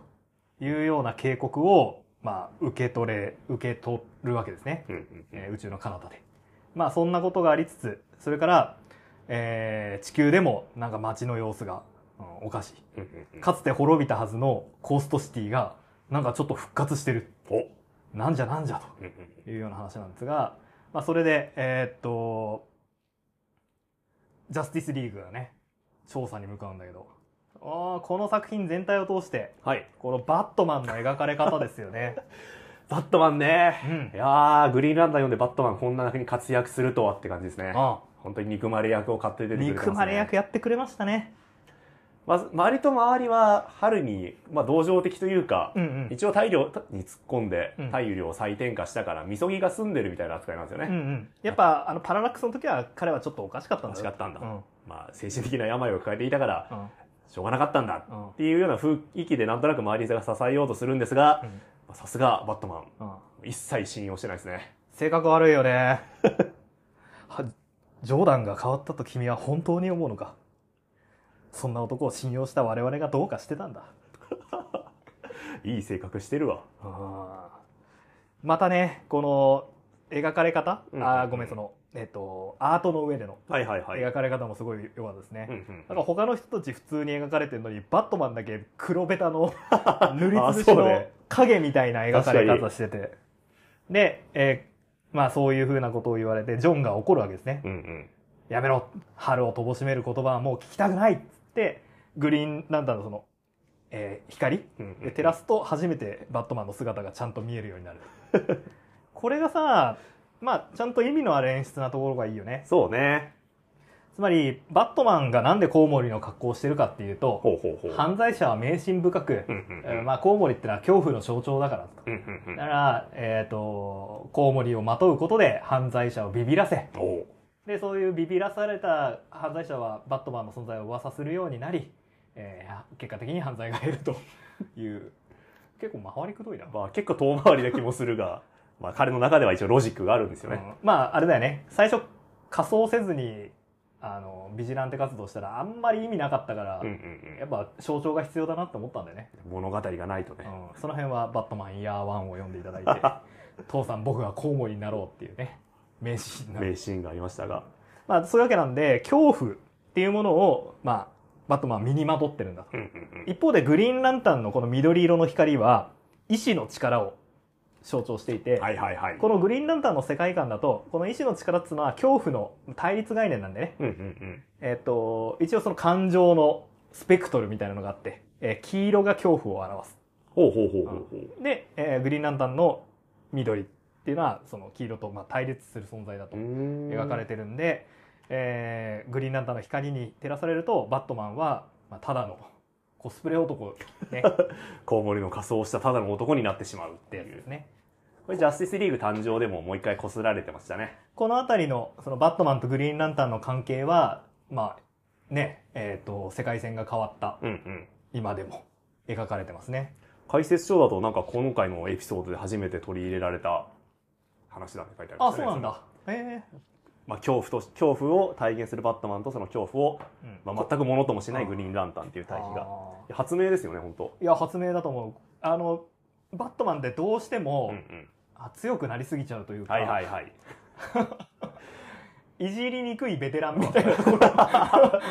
S1: いうような警告を、まあ、受け取れ受け取るわけですね、
S2: うんうんうん
S1: えー宇宙の彼方で。まあそんなことがありつつそれから、えー地球でもなんか街の様子が、うんおかし
S2: うんうんう
S1: い
S2: ん
S1: かつて滅びたはずのコーストシティがなんかちょっと復活してる
S2: お。うん
S1: なんじゃなんじゃ
S2: うん
S1: というような話なんですが、まあ、それでえーっとジャスティスリーグがね調査に向かうんだけどあーこの作品全体を通して
S2: はい。
S1: このバットマンの描かれ方ですよ ね。
S2: バットマンね
S1: う。ん
S2: い、やー、グリーンランタン読んでバットマンこんな風に活躍するとはって感じですね。
S1: あ
S2: 本当に憎まれ役を買って出てくれてます、ね。
S1: 憎まれ役やってくれましたね。
S2: まず、周りと周りは春に、まあ、同情的というか、
S1: うんうん
S2: 一応大量に突っ込んで
S1: うん、
S2: 大量を再転化したから、みそぎが住んでるみたいな扱いなんですよ
S1: うんう
S2: ね。
S1: ん、やっぱあのパララックスの時は彼はちょっとおかしかったん
S2: おか
S1: だ
S2: し
S1: よ
S2: かったんだ。
S1: うん
S2: まあ、精神的な病を抱えていたから、
S1: うん
S2: しょうがなかったんだ。
S1: うん
S2: っていうような雰囲気でなんとなく周りが支えようとするんですが
S1: う、ん
S2: まあさすがバットマン、
S1: うん
S2: 一切信用してないですね。
S1: 性格悪いよね はジョーダンが変わったと君は本当に思うのかそんな男を信用した我々がどうかしてたんだ
S2: いい性格してるわ。
S1: またねこの描かれ方、
S2: うん
S1: あーごめんその、えっとアートの上での
S2: はいはいはい。
S1: 描かれ方もすごい良かったですね、
S2: うんうん
S1: なんか他の人たち普通に描かれてるのにバットマンだけ黒ベタ の塗り
S2: あ
S1: つぶし
S2: そう
S1: の
S2: ね
S1: 影みたいな描かれ
S2: 確か
S1: 方しててで、えーまあそういうふうなことを言われてジョンが怒るわけですね
S2: うんうん。
S1: やめろ春を乏しめる言葉はもう聞きたくないっつってグリーンランタンのその、えー光
S2: うんう
S1: で
S2: ん
S1: 照らすと初めてバットマンの姿がちゃんと見えるように なるこれがさまあちゃんと意味のある演出なところがいいよね
S2: そうね。
S1: つまりバットマンがなんでコウモリの格好をしてるかっていうと
S2: ほうほうほう。
S1: 犯罪者は迷信深く、
S2: うんうん
S1: えーまあ、コウモリってのは恐怖の象徴だからと
S2: うんうんうん
S1: だから、えー、とコウモリをまとうことで犯罪者をビビらせ
S2: おう
S1: でそういうビビらされた犯罪者はバットマンの存在を噂するようになり、えー結果的に犯罪が減るという結構回りくどいな、
S2: まあ結構遠回りな気もするが、まあ彼の中では一応ロジックがあるんですよ
S1: う
S2: ね。
S1: んまああれだよね最初仮装せずにあのビジランテ活動したらあんまり意味なかったから、
S2: うんうん
S1: やっぱ象徴が必要だなって思ったんだよね、
S2: うん、物語がないと
S1: う
S2: ね、
S1: ん、その辺は「バットマンイヤーワンを読んでいただい て父さん僕はコウモリになろうっていうね名シーンな
S2: 名シーンがありましたが、
S1: まあそういうわけなんで恐怖っていうものを、まあ、バットマンは身にまとってるんだと
S2: うんうん
S1: 一方でグリーンランタンのこの緑色の光は意志の力を象徴していて、
S2: うん、はいはいはい。
S1: このグリーンランタンの世界観だとこの意志の力っていうのは恐怖の対立概念なんでね、
S2: うんうん
S1: えっと一応その感情のスペクトルみたいなのがあって、えー黄色が恐怖を表す
S2: うん。ほうほうほうほうほう。
S1: で、えーグリーンランタンの緑っていうのはその黄色とまあ対立する存在だと描
S2: 描
S1: かれてるんで、えーグリーンランタンの光に照らされるとバットマンは、まあ、ただのコスプレ男 ね
S2: コウモリの仮装をしたただの男になってしまうっ
S1: ってて
S2: い
S1: やつで
S2: う
S1: す。ね。
S2: これジャスティスリーグ誕生でももう一回こすられてましたね。
S1: この辺りのそのバットマンとグリーンランタンの関係はまあねえっ、と世界線が変わった
S2: うんうん。
S1: 今でも描かれてますね。
S2: 解説書だとなんか今回のエピソードで初めて取り入れられた話だって書いてあり
S1: あ
S2: まし
S1: そ
S2: た
S1: う
S2: ね。
S1: なん。だ。え
S2: まあ恐怖と、恐怖を体現するバットマンとその恐怖を、
S1: えうん
S2: まあ、全くものともしないグリーンランタンっていう対比が。
S1: あ
S2: 発明ですよね、本当
S1: ーいや発明だと思う。あのバットマンってどうしても
S2: う、ん
S1: あ強くなりすぎちゃうという
S2: うん。
S1: か、
S2: はいはいはい。
S1: いじりにくいベテランみたいなところ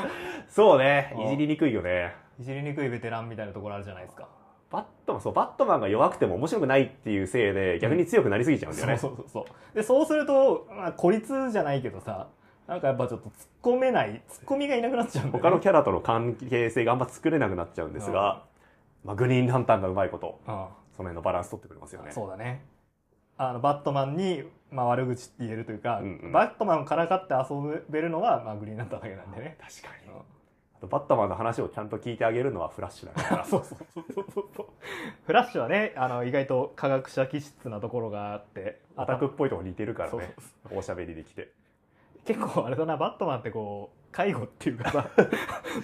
S2: そうね
S1: うん。
S2: いじりにくいよね。
S1: いじりにくいベテランみたいなところあるじゃないですか。
S2: バットマン、そう、バットマンが弱くても面白くないっていうせいで逆に強くなりすぎちゃうんだよね。
S1: そうそうそうそう。で、そうすると、まあ、孤立じゃないけどさ、なんかやっぱちょっと突っ込めない、突っ込みがいなくなっちゃうんだよ
S2: 他
S1: ね、
S2: のキャラとの関係性があんま作れなくなっちゃうんですが、まあ、グリーンランタンがうまいこと、その辺のバランス取ってくれますよ
S1: う
S2: ね
S1: ん。。そうだね。あの、バットマンに、まあ、悪口って言えるというか、
S2: うんうん
S1: バットマンをからかって遊べるのは、まあ、グリーンランタンだけなんでね。
S2: 確か
S1: う
S2: に
S1: ん。
S2: あと、バットマンの話をちゃんと聞いてあげるのはフラッシュだから。
S1: そうそうそうそうそうそう。フラッシュはね、あの、意外と科学者気質なところがあって、
S2: アタックっぽいとこ似てるから
S1: そうそう
S2: ね。おしゃべりできて。
S1: 結構あれだな、バットマンってこう、介護っていうか さ、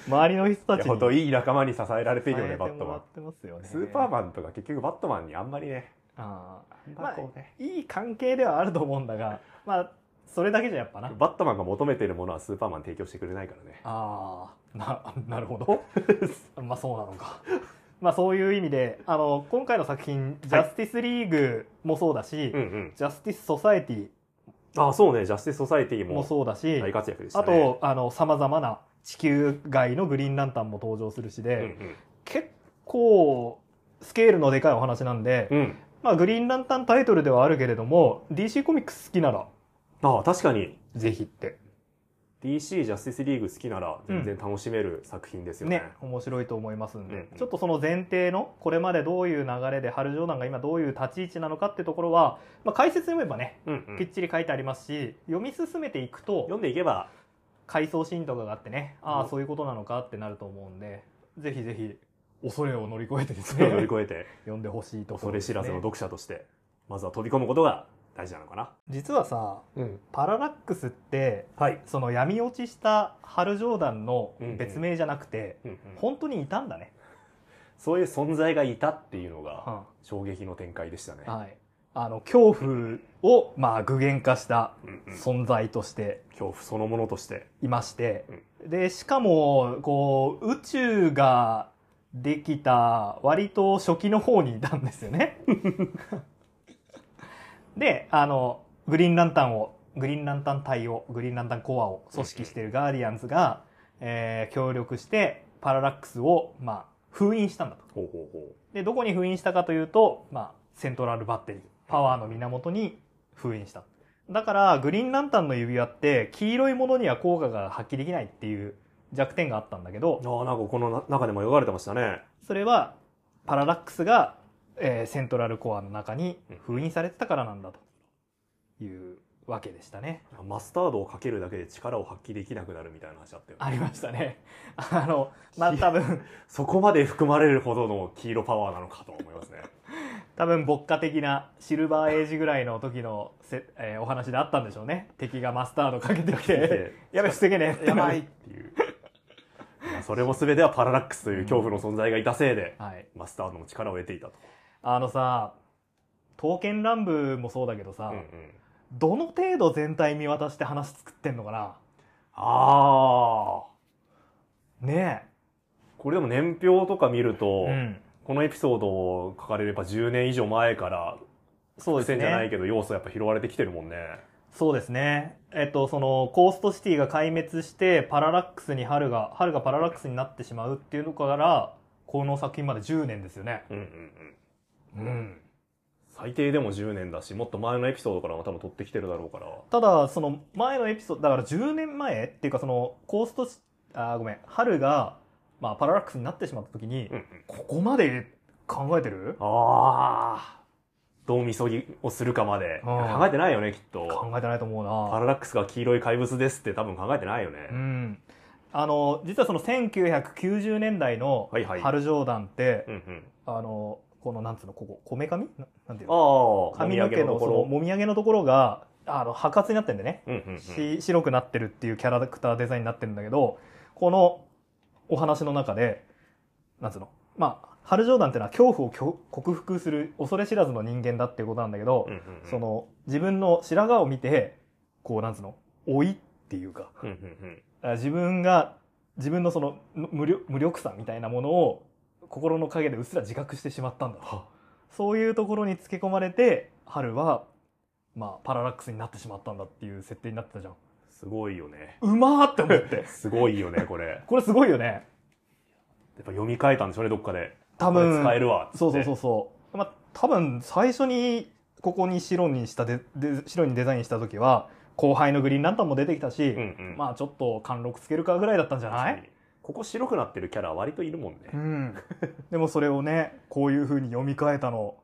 S1: 周りの人たち
S2: いや
S1: に。
S2: 本当いい仲間に支えられているよ
S1: 変
S2: ね、
S1: えて
S2: バット
S1: も
S2: マ
S1: らっ
S2: ン。
S1: てますよね。
S2: スーパーマンとか結局バットマンにあんまりね、
S1: ああ
S2: あんまこうね。
S1: いい関係ではあると思うんだが、まあ、それだけじゃやっぱな。あ
S2: バットマンが求めているものはスーパーマン提供してくれないからね。
S1: あー、な、なるほど。まあそうなのか。まあそういう意味で、あの、今回の作品、ジャスティスリーグもそうだし、
S2: うんうん。
S1: ジャスティスソサエティ
S2: あ、そうね、ジャスティス・ソサイティ
S1: も
S2: も
S1: そうだし、
S2: 大活躍でした
S1: あ
S2: ね。
S1: と、あの、様々な地球外のグリーンランタンも登場するしで、
S2: うん
S1: 結構、スケールのでかいお話なんで、
S2: うん。うん。
S1: まあ、グリーンランタンタイトルではあるけれども、DC コミックス好きなら、
S2: あ確かに、
S1: ぜひって。
S2: DC ジャスティスリーグ好きなら全然楽しめる作品ですよね。
S1: ね、面白いと思いますんで、
S2: うんうん
S1: ちょっとその前提のこれまでどういう流れで春城南が今どういう立ち位置なのかってところは、まあ、解説読めばね
S2: うんうん
S1: きっちり書いてありますし、読み進めていくと
S2: 読んでいけば、
S1: 回想シーンとかがあってねあ
S2: う
S1: あ
S2: ん
S1: そういうことなのかってなると思うんでぜひぜひ恐れを乗り越えてですね
S2: 乗り越えて、
S1: 読んでほしいとこ
S2: 恐
S1: ろで
S2: れ
S1: す、
S2: 知
S1: ね、
S2: らずの読者として、まずは飛び込むことが大事なのかな。
S1: 実はさ
S2: うん。
S1: パララックスって
S2: はい。
S1: その闇落ちした春ジョーダンの別名じゃなくて、
S2: うんうん
S1: 本当にいたんだね、
S2: そういう存在がいたっていうのが、
S1: は
S2: 衝撃の展開でしたね。
S1: い、あの恐怖をまあ具現化した
S2: うんうん恐
S1: 存在として
S2: 怖そのものとして。
S1: いまして、でしかもこう宇宙ができた割と初期の方にいたんですよね。であのグリーンランタンをグリーンランタン隊をグリーンランタンコアを組織しているガーディアンズが、えー協力してパララックスを、まあ、封印したんだと。
S2: ほうほうほ
S1: でどこに封印したかというと、まあ、セントラルバッテリーパワーの源に封印しただからグリーンランタンの指輪って黄色いものには効果が発揮できないっていう弱点があったんだけど
S2: う。ああ、なんかこのな中でも描かれてましたね。
S1: それはパララックスが、えーセントラルコアの中に封印されてたからなんだというわけでしたね
S2: マスタードをかけるだけで力を発揮できなくなるみたいな話あったよね。
S1: ありましたね あのまあ多分
S2: そこまで含まれるほどの黄色パワーなのかと思いますね。
S1: 多分牧歌的なシルバーエイジぐらいの時のせ、えーお話であったんでしょうね敵がマスタードかけてきて
S2: で
S1: やべ、防げねえ。
S2: やばいっ。ていう。いやそれも全てはパララックスという恐怖の存在がいたせいで、
S1: はい。
S2: マスタードの力を得ていたと。
S1: あのさ、刀剣乱舞もそうだけどさ、
S2: うんうん
S1: どの程度全体見渡して話作ってんのかな
S2: ああ。
S1: ね
S2: これでも年表とか見る
S1: え、
S2: と、
S1: うん、
S2: このエピソードを書かれれば10年以上前から、
S1: そうです
S2: 線じゃない
S1: ね
S2: けど要素やっぱ拾われてきてるもんね。
S1: そうですねえっとそのコーストシティが壊滅してパララックスに春が春がパララックスになってしまうっていうのからこの作品まで10年ですよね
S2: うんうんうん。
S1: うん
S2: 最低でも10年だし、もっと前のエピソードからも多分取ってきてるだろうから。
S1: ただその前のエピソードだから10年前っていうかそのコーストシあーごめん春が、まあ、パララックスになってしまった時に、
S2: うんうん。
S1: ここまで考えてる
S2: ああ。どうみそぎをするかまで。
S1: うん
S2: 考えてないよね、きっと。
S1: 考えてないと思うな
S2: パララックスが黄色い怪物ですって多分考えてないよね。
S1: うん、あの実はその1990年代の
S2: はいはい
S1: 春ジョーダンって、
S2: うんうん。
S1: あのこのなんつうのこここめかみななんていうの
S2: ああ、
S1: 髪の毛のその
S2: ろ。
S1: もみあげのところがあの破活になってんでね、
S2: うんうんうん。
S1: し白くなってるっていうキャラクターデザインになってるんだけどこのお話の中でなんつうのまあ春ジョーダンってのは恐怖をきょ克服する恐れ知らずの人間だっていうことなんだけど、
S2: うんうんうん
S1: そ、の自分の白髪を見てこうなんつうの老いっていうか
S2: うんうんうん。
S1: あ自分が自分のそのの無力無力さみたいなものを心の陰でうっすら自覚してしまったんだ
S2: は
S1: そういうところにつけ込まれて春は、まあ、パララックスになってしまったんだっていう設定になってたじゃん
S2: すごい よね。
S1: うまーって思って
S2: すごいよね、これ。やっ
S1: これすごいよね
S2: ぱ読み替えたんでしょうね、どっかで。
S1: 多
S2: これ
S1: 分
S2: 使えるわ。。
S1: そうそうそううそう、まあ、多分最初にここに白にしたでで白にデザインした時は後輩のグリーンランタンも出てきたし、
S2: うんうん。
S1: まあちょっと貫禄つけるかぐらいだったんじゃない
S2: ここ白くなってるキャラは割といるもんね。
S1: うん、でもそれをねこういう風に読み替えたの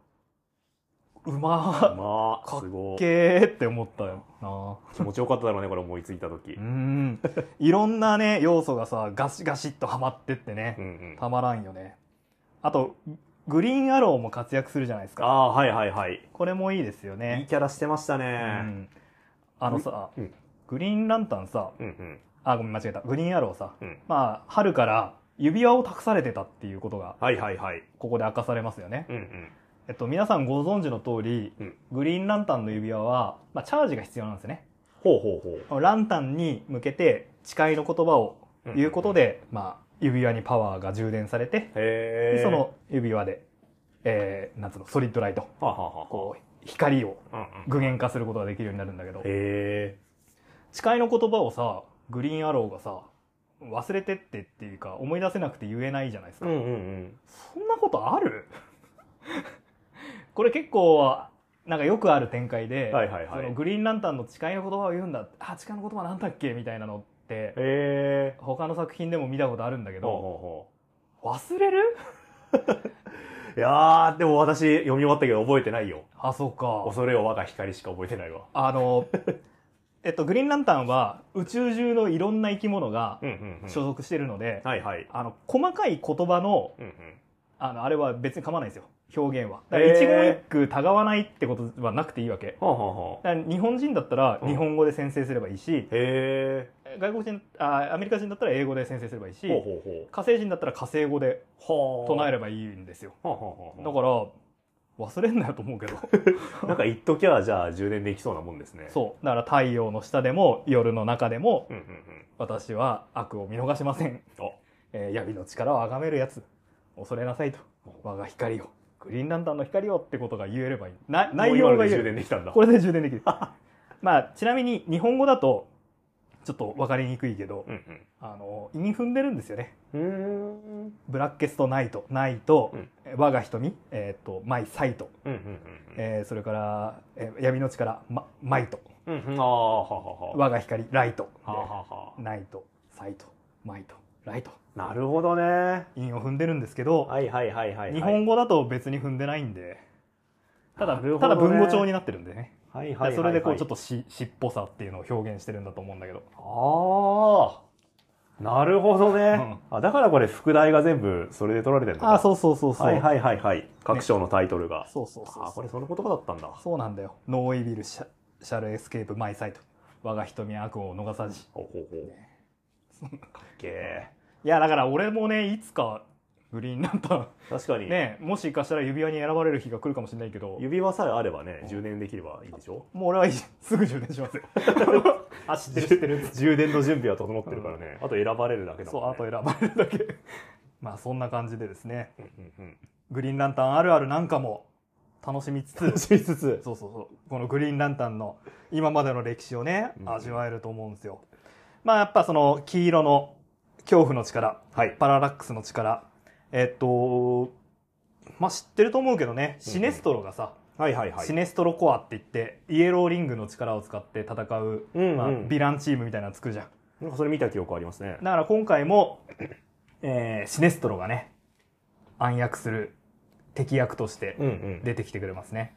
S1: うま
S2: ま
S1: か
S2: あ、
S1: っ
S2: す
S1: っ
S2: ごい。
S1: けーって思ったよな
S2: 気持ちよかっただろうね、これ思いついた時
S1: う。んいろんなね要素がさガシガシっとはまってって
S2: う
S1: ね
S2: んうん。
S1: たまらんよねあとグリーンアローも活躍するじゃないです
S2: あ
S1: か
S2: あ、はいはいはい。
S1: これもいいですよ
S2: いい
S1: ね
S2: キャラしてましたね。
S1: うんあのさ、
S2: うん
S1: グリーンランタンさ
S2: うんうん。
S1: あごめん間違えたグリーンアローさ、
S2: うん
S1: まあ春から指輪を託されてたっていうことが
S2: はいはいはい。
S1: ここで明かされますよね、
S2: うんうん。
S1: えっと、皆さんご存知の通り、
S2: うん
S1: グリーンランタンの指輪は、まあ、チャージが必要なんですね。
S2: ほうほうほう。
S1: ランタンに向けて誓いの言葉を
S2: うんうん
S1: 言うことで、まあ、指輪にパワーが充電されて、
S2: へ
S1: で
S2: え。
S1: そ、の指輪で、えー、なんつうの、ソリッドライト、
S2: はあはあはあ
S1: こう、光を
S2: うんうん。
S1: 具現化することができるようになるんだけど、
S2: へえ。
S1: 誓いの言葉をさ、グリーンアローがさ、忘れてってっていうか、思い出せなくて言えないじゃないです
S2: う
S1: か。
S2: んうんうん。
S1: そんなことある これ結構なんかよくある展開で、
S2: はいはいはい
S1: そのグリーンランタンの誓いの言葉を言うんだあ誓いの言葉なんだっけみたいなのって
S2: へえ。
S1: 他の作品でも見たことあるんだけ
S2: ほうほう
S1: ど
S2: ほう。
S1: 忘れる
S2: いやー、でも私読み終わったけど覚えてないよ。
S1: あそうか
S2: 恐れを我が光しか覚えてないわ。
S1: あ のえっとグリーンランタンは宇宙中のいろんな生き物が
S2: うんうん
S1: 所属してるので、
S2: はいはい。
S1: あの細かい言葉の
S2: うんうん。
S1: あのあれは別に構わないんですよ表現はだ
S2: へ
S1: か
S2: ー
S1: ら一言一句たがわないってことはなくていいわけ
S2: はあはあはあ。
S1: だから日本人だったら
S2: うん
S1: 日本語で先制すればいいし、
S2: へ
S1: 外国人あアメリカ人だったら英語で先制すればいいし
S2: え。ほうほうほう。
S1: 火星人だったら火星語で
S2: は
S1: 唱え
S2: る。
S1: ればいいんですよ
S2: はあはあ
S1: だ
S2: は
S1: から忘れんなよと思うけ ど
S2: あ。なんか一時はじゃあ充電できそうなもんですね。
S1: そうだから太陽の下でも夜の中でも
S2: うんうんうん。
S1: 私は悪を見逃しません、
S2: あ
S1: えー闇の力をあがめるやつ恐れなさいと我が光よグリーンランタンの光よってことが言えればいいな内容
S2: もう今の
S1: が
S2: で
S1: 言え
S2: 充
S1: る
S2: 電できたんだ。
S1: これで充電でき るまあちなみに日本語だとちょっと分かりにくいけど、
S2: うん
S1: あの韻踏んでるんですよね
S2: うん。うん。
S1: ブラッケストナイト、ナイト、
S2: うん
S1: え我が瞳、えー、とマイサイト、
S2: うんうんうん。
S1: えーそれから、えー闇の力、ま、マイト、
S2: うんうん。ああ、はあはあは
S1: 我が光、ライト、
S2: あ。はあはあは
S1: ナイト、サイト、マイト、ライト、
S2: あ。なるほどね。は
S1: 韻を踏んでるんですけど、
S2: いはいはいはい。
S1: 日本語だと別に踏んでないんで、ただ、
S2: なるほ
S1: た
S2: ど
S1: だ
S2: ね
S1: 文語帳になってるんでね。
S2: はいはいはいはい。
S1: それでこうちょっ
S2: と。
S1: とししっぽさっていうのを表現してるんだと思うんだけど。
S2: ああ。なるほどね。あ、だからこれ副題が全部それで取られてるのか
S1: ああ、そうそうそうそう。
S2: はいはいはいはい。各章のタイトルが。
S1: そうそうそうそう。
S2: ああ、これその言葉だったんだ。
S1: そうなんだよ。ノーイビル、シャシャルエスケープ、マイサイト。我が瞳、悪を逃さじ。
S2: ほうほうほう。かっけ
S1: いや、だから俺もね、いつかグリーンランタ
S2: 確か
S1: ン
S2: に、
S1: ねもしかしたら指輪に選ばれる日が来るかもしれないけど
S2: 指輪さえあればね充電できればいいでしょ
S1: もう俺はいいすぐ充電 しますよあ知ってる知ってる
S2: 充電の準備は整ってるからね、あと選ばれるだけだ
S1: そ
S2: も
S1: う
S2: ん
S1: あ
S2: ね
S1: と選ばれるだけまあそんな感じでですね
S2: うんうん
S1: グリーンランタンあるあるなんかも楽しみつ
S2: うん
S1: つ
S2: しつつ
S1: そうそうそうこのグリーンランタンの今までの歴史をね
S2: うん
S1: 味わえると思うんですよ、まあやっぱその黄色の恐怖の力、
S2: はい
S1: パララックスの力えっとまあ知ってると思うけどねシネストロがさ、
S2: はいはいは
S1: シ
S2: い
S1: ネストロコアって言ってイエローリングの力を使って戦う、
S2: うんうん
S1: まあ、ヴィランチームみたいなの作るじゃん
S2: なんかそれ見た記憶ありますね
S1: だから今回も、えーシネストロがね暗躍する敵役として
S2: うんうん
S1: 出てきてくれますね。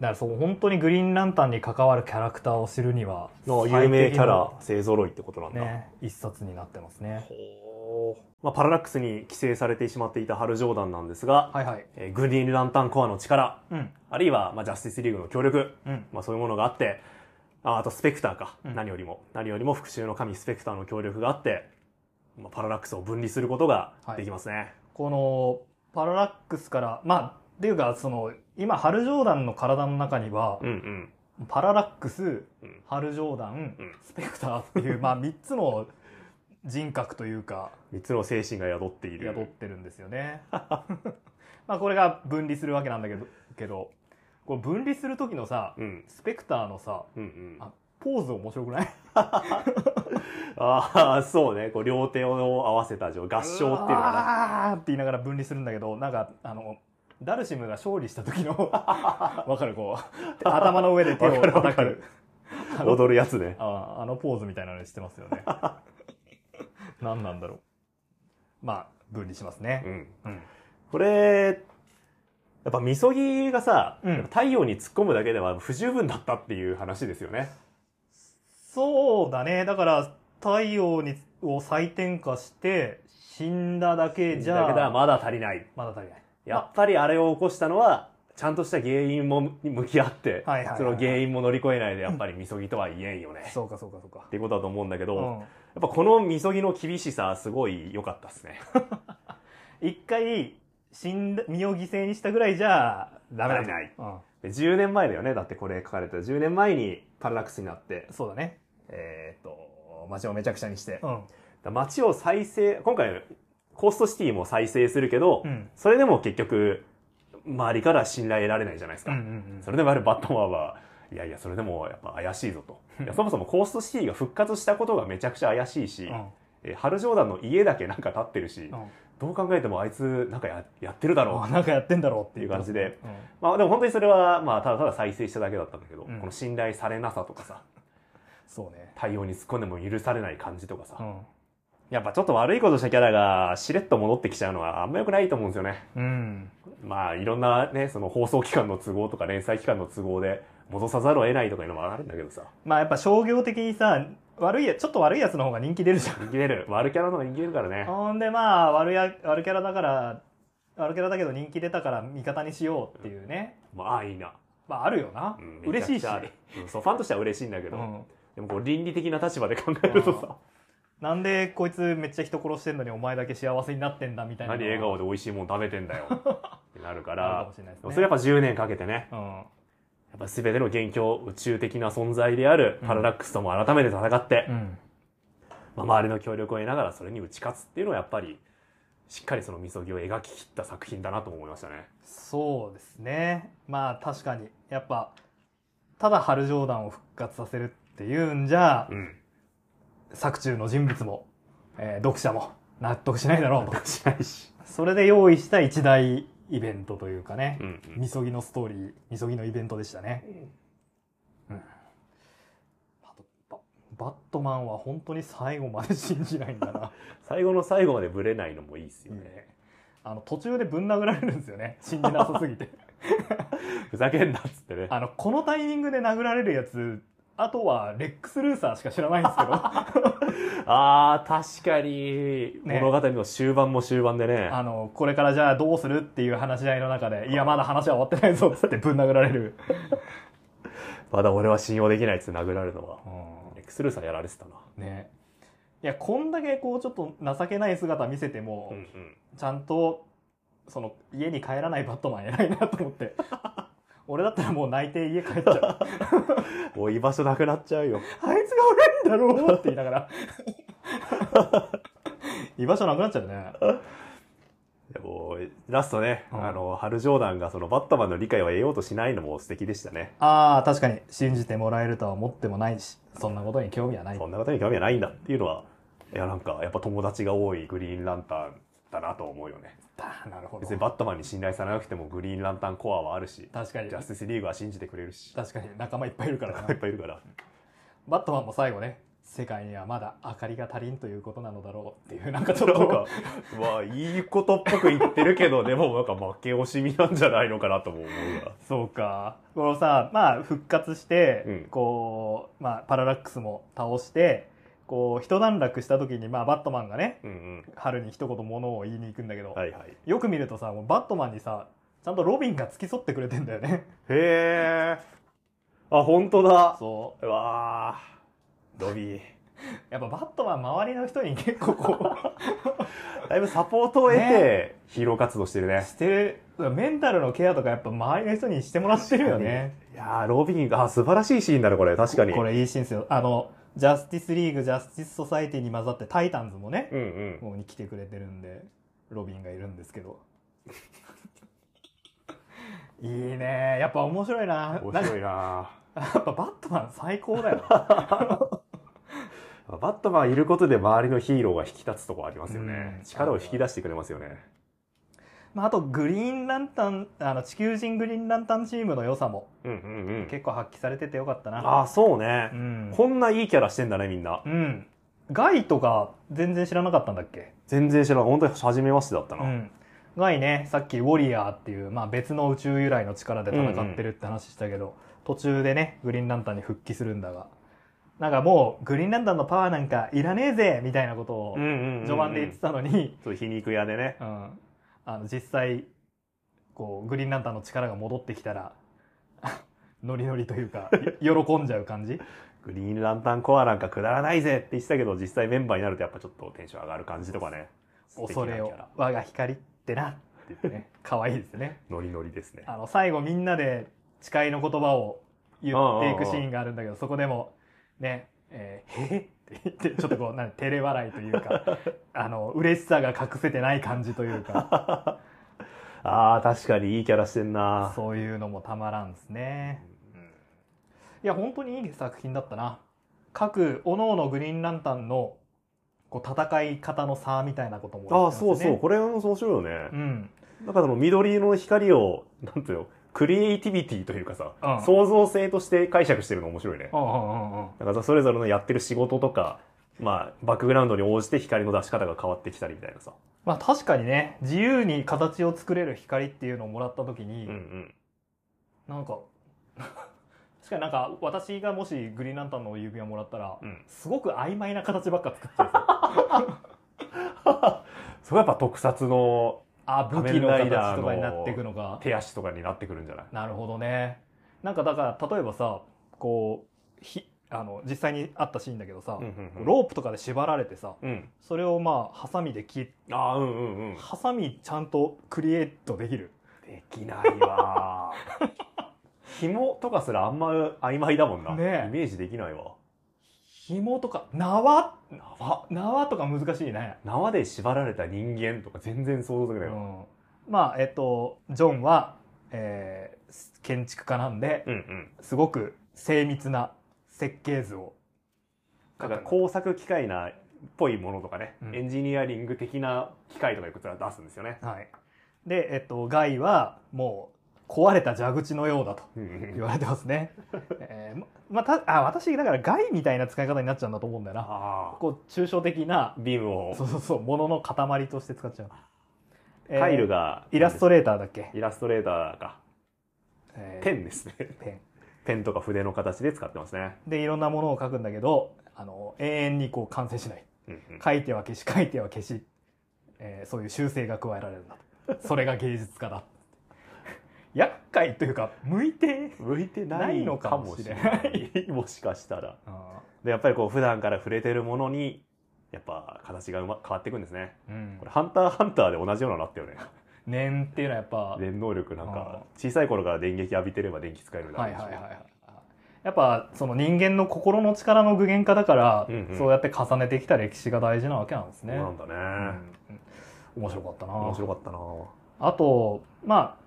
S1: だからそう、本当にグリーンランタンに関わるキャラクターを知るには、
S2: の有名キャラ勢揃いってことなん
S1: 最適
S2: だ、
S1: な、ね、一冊になってますね。
S2: ほーまあ、パララックスに寄生されてしまっていたハル・ジョーダンなんですが、
S1: はいはい。
S2: えーグリーンランタンコアの力
S1: うん。
S2: あるいは、まあ、ジャスティスリーグの協力、
S1: うん。
S2: まあ、そういうものがあってああとスペクターか、
S1: うん
S2: 何よりも何よりも復讐の神スペクターの協力があって、まあ、パララックスを分離することができますね、
S1: この、パララックスから、まあ、っていうか、その、今、ハルジョーダンの体の中には、
S2: うんうん
S1: パララックス、
S2: うん
S1: ハルジョーダン、
S2: うん
S1: スペクターって いう、まあ、3つの人格というか、
S2: 三つの精神が宿っている
S1: 宿ってるんですよね。 まあ、これが分離するわけなんだけど、けど、これ分離する時のさ、
S2: うん
S1: スペクターのさ、
S2: うんうん
S1: あポーズ面白く ない
S2: ああそうねこう両手を合わせた状合唱っていうのかな
S1: あーって言いながら分離するんだけどなんかあのダルシムが勝利した時 のわかるこう頭の上で手を
S2: わ
S1: 叩
S2: か
S1: く
S2: る踊るやつね
S1: ああのポーズみたいなのしてます よね何なんだろうまあ分離します
S2: う
S1: ね、
S2: ん
S1: うん
S2: これやっぱみそぎがさ、
S1: うん
S2: やっぱ太陽に突っ込むだけでは不十分だったっていう話ですよね
S1: そうだねだから太陽にを再転化して死んだだけじゃ
S2: だけどまだ足りない
S1: まだ足りない
S2: やっぱりあれを起こしたのはちゃんとした原因もに向き合って、
S1: はいはいはい
S2: その原因も乗り越えないでやっぱりみそぎとは言えんよね
S1: そうかそうかそうか
S2: っていうことだと思うんだけど、やっ
S1: うん
S2: ぱこのみそぎの厳しさすごい良かっ たですね
S1: 一回死んだ身を犠牲にしたぐらいじゃダメだ
S2: 足りない
S1: うん
S2: で10年前だよねだってこれ書かれた10年前にパララックスになって
S1: そうだね
S2: えーっと街をめちゃくちゃにして、
S1: うん
S2: だ街を再生今回コーストシティも再生するけど、
S1: うん
S2: それでも結局周りから信頼得られないじゃないですか、
S1: ん
S2: それでもあるバットマンはいやいやそれでもやっぱ怪しいぞといやそもそもコーストシティが復活したことがめちゃくちゃ怪しいし、えハル・ジョーダンの家だけなんか立ってるし、どう考えてもあいつなんかややってるだろう、
S1: なんかやってんだろうっていう
S2: っていう感じで、
S1: うん
S2: まあでも本当にそれはまあただただ再生しただけだったんだけど、
S1: うん
S2: この信頼されなさとかさ
S1: そうね、
S2: 対応に突っ込んでも許されない感じとかさ、
S1: ん
S2: やっぱちょっと悪いことしたキャラがしれっと戻ってきちゃうのはあんま良くないと思うんですよね。
S1: うん、
S2: まあいろんなね、その放送期間の都合とか連載期間の都合で戻さざるを得ないとかいうのもあるんだけどさ。
S1: まあやっぱ商業的にさ悪いやちょっと悪いやつの方が人気出るじゃん
S2: 人気出る。悪キャラの方が人気出るからね。
S1: ほんでまあ悪や悪キャラだから悪キャラだけど人気出たから味方にしようっていうね、
S2: まあ安易な。
S1: まああるよな、
S2: うん
S1: 嬉しい
S2: めち
S1: し、
S2: ゃくちゃあるうんそう、ファンとしては嬉しいんだけ
S1: う
S2: ど、
S1: ん、
S2: でもこう倫理的な立場で考えるとさ、
S1: なんでこいつめっちゃ人殺してんのにお前だけ幸せになってんだみたいな
S2: 何笑顔で美味しいもん食べてんだよ。ってなるか
S1: あるからも、しれないです
S2: そ
S1: ね
S2: れやっぱ10年かけてね、
S1: うん
S2: やっぱ全ての元凶、宇宙的な存在であるパララックスとも改めて戦って、
S1: うん
S2: まあ、周りの協力を得ながらそれに打ち勝つっていうのはやっぱりしっかりそのみそぎを描き切った作品だなとも思いましたね。
S1: そうですねまあ確かにやっぱただ春冗談を復活させるっていうんじゃ
S2: うん。
S1: 作中の人物も、えー読者も納得しないだろうと
S2: しないし。
S1: それで用意した一大イベントというかね
S2: うん、
S1: みそぎのストーリーみそぎのイベントでしたね、うん、あとババットマンは本当に最後まで信じないんだ な
S2: 最後の最後までブレないのもいいですよね。
S1: あの途中でぶん殴られるんですよね信じなさすぎ て
S2: ふざけんなっつってね。
S1: あのこのタイミングで殴られるやつあとはレックス・ルーサーしか知らないんですけど
S2: あー、確かに、
S1: ね
S2: 物語の終盤も終盤でね。
S1: あのこれからじゃあどうするっていう話し合いの中で「いやまだ話は終わってないぞ」っつってぶん殴られる、
S2: まだ俺は信用できないっつって殴られるのは。
S1: う
S2: レックスルーさんやられてたな。
S1: んねいやこんだけこうちょっと情けない姿見せても、
S2: うんうん
S1: ちゃんとその家に帰らないバットマン偉いなと思って 俺だったらもう泣いて家帰っちゃうあ
S2: もう居場所なくなっちゃうよ。
S1: いつが悪いんだろうって言いなが ら居場所なくなっちゃうね
S2: でもラストね、
S1: うん
S2: あの、ハル・ジョーダンがそのバットマンの理解を得ようとしないのも素敵でしたね。
S1: ああ確かに信じてもらえるとは思ってもないしそんなことに興味はない
S2: そんなことに興味はないんだっていうのは、いやなんかやっぱ友達が多いグリーンランタンだなと思うよね。
S1: あーなるほど
S2: 別にバットマンに信頼されなくてもグリーンランタンコアはあるし、
S1: 確かに
S2: ジャスティスリーグは信じてくれるし、
S1: 確かに仲間いっぱいいるからない
S2: っぱいいるから。
S1: バットマンも最後ね世界にはまだ明かりが足りんということなのだろうっていう なんかちょっ
S2: なん
S1: と
S2: か、まあいいことっぽく言ってるけど、でもなんか負け惜しみなんじゃないのかなとも思うが。
S1: そうかこのさまあ復活して、
S2: うん
S1: こう、まあ、パララックスも倒してこう一段落した時に、まあ、バットマンがね
S2: うん
S1: 春に一言物を言いに行くんだけ
S2: う
S1: ど、
S2: ん。はいはい。
S1: よく見るとさもうバットマンにさちゃんとロビンが付き添ってくれてんだよ ね
S2: へえ。あ、本当だ。
S1: そう
S2: わあ。ロビー。
S1: やっぱバットマン周りの人に結構こう
S2: だいぶサポートを得て
S1: ね、
S2: ヒーロー活動してるね。
S1: してるメンタルのケアとかやっぱ周りの人にしてもらってるよね
S2: いやーロビンが、あ素晴らしいシーンだね、これ。確かに。
S1: こ。れいいシーンですよあのジャスティスリーグジャスティスソサイティに混ざってタイタンズもね
S2: うんうん。
S1: もうに来てくれてるんでロビンがいるんですけど いいねやっぱ面白いな
S2: 面
S1: なんか
S2: 白いな
S1: やっぱバットマン最高だ よ
S2: バットマンいることで周りのヒーローが引き立つとこありますよね
S1: う。ん
S2: 力を引き出してくれますよね。
S1: まあ、あとグリーンランタンあの地球人グリーンランタンチームの良さも
S2: うんうんうん。
S1: 結構発揮されててよかったな
S2: ああ、そうね
S1: う、ん、
S2: こんないいキャラしてんだね、みんな。
S1: うん、ガイとか全然知らなかったんだっけ
S2: 全然知らない。本当に初めましてだったな。
S1: うん、ガイねさっき「ウォリアー」っていう、まあ、別の宇宙由来の力で戦ってるって話したけど、途中でねグリーンランタンに復帰するんだがなんかもうグリーンランタンのパワーなんかいらねえぜみたいなことを
S2: うんうんうんうん
S1: 序盤で言ってたのに、
S2: そう、皮肉屋でね。
S1: うんあの実際こうグリーンランタンの力が戻ってきたら ノリノリというかよ喜んじゃう感じ
S2: グリーンランタンコアなんかくだらないぜって言ってたけど、実際メンバーになるとやっぱちょっとテンション上がる感じとかね。
S1: 恐れ
S2: 素敵
S1: を
S2: なキャラ
S1: 我が光ってなって言ってね可愛いですね
S2: ノリノリですね。
S1: あの最後みんなで誓いの言葉を言っていくシーンがあるんだけどそこでもね「えー、へへ」って言って ちょっとこうなん照れ笑いという かあの嬉しさが隠せてない感じというか
S2: ああ、確かにいいキャラしてんな。
S1: そういうのもたまらんですね。いや本当にいい作品だったな。各各々グリーンランタンのこう戦い方の差みたいなことも
S2: あ
S1: や
S2: あ、
S1: ってます
S2: そ
S1: ね、
S2: うそう。これも面白いよね。
S1: うん、
S2: なんかその緑色の光を、なんていうの、クリエイティビティというかさ、
S1: うん
S2: 創造性として解釈してるの面白いね。
S1: うんうんうんうん
S2: なんかそれぞれのやってる仕事とか、まあ、バックグラウンドに応じて光の出し方が変わってきたりみたいなさ。
S1: まあ確かにね自由に形を作れる光っていうのをもらった時に、
S2: うんうん。
S1: なんか 確かになんか私がもしグリーンランタンの指輪もらったら、
S2: うん
S1: すごく曖昧な形ばっか作ってるん ですよ
S2: そこはやっぱ特撮の
S1: あ武器の
S2: 仮面ライダ
S1: 形
S2: ーの
S1: とかになっていくのか
S2: 手足とかになってくるんじゃない
S1: なるほどねなんかだから例えばさこうひあの実際にあったシーンだけどさ、
S2: うんうんうん
S1: ロープとかで縛られてさ
S2: うん。
S1: それをまあハサミで切っ
S2: ああ、うんうんうん。
S1: ハサミちゃんとクリエイトできる
S2: できない わ。紐とかすらあんま曖昧だもんな。
S1: ねえ
S2: イメージできないわ。
S1: 紐とか縄
S2: 縄
S1: 縄とか難しいね、
S2: 縄で縛られた人間とか全然想像でき
S1: う
S2: ないわ。
S1: ん、まあえっとジョンは、えー建築家なんで、
S2: うんうん。
S1: すごく精密な設計図を
S2: だから工作機械なっぽいものとかね、
S1: うん
S2: エンジニアリング的な機械とかいくつか出すんですよね。
S1: はい、で、えっと、ガイはもう壊れた蛇口のようだと
S2: うん
S1: 言われてますね、 えーままあたあ私だからガイみたいな使い方になっちゃうんだと思うんだよな
S2: あ
S1: こう抽象的な
S2: あ。ビームを
S1: そうそうそうものの塊として使っちゃう、えー
S2: カイルが、
S1: イラストレーターだっけ、
S2: イラストレーターか。
S1: えー
S2: ペンですね。
S1: ペン
S2: ペンとか筆の形で使ってますね。
S1: でいろんなものを描くんだけどあの永遠にこう完成しない
S2: うんうん
S1: 書いては消し書いては消し、えーそういう修正が加えられるんだとそれが芸術家だ厄介というか向いて、
S2: 向いてないのかもしれない。もしかしたら。
S1: あ
S2: で、やっぱりこう普段から触れてるものに、やっぱ形がうま変わっていくんですね。
S1: うん
S2: これハンターハンターで同じようなのあったよね。
S1: 念っていうのはやっぱ
S2: 電能力なん
S1: ああ
S2: か小さい頃から電撃浴びてれば電気使えるな
S1: はいはいはいはいやっぱその人間の心の力の具現化だから、
S2: うんうん
S1: そうやって重ねてきた歴史が大事なわけなんですね。
S2: そうなんだね。
S1: うん面白かったな
S2: 面白かったな。は
S1: あとま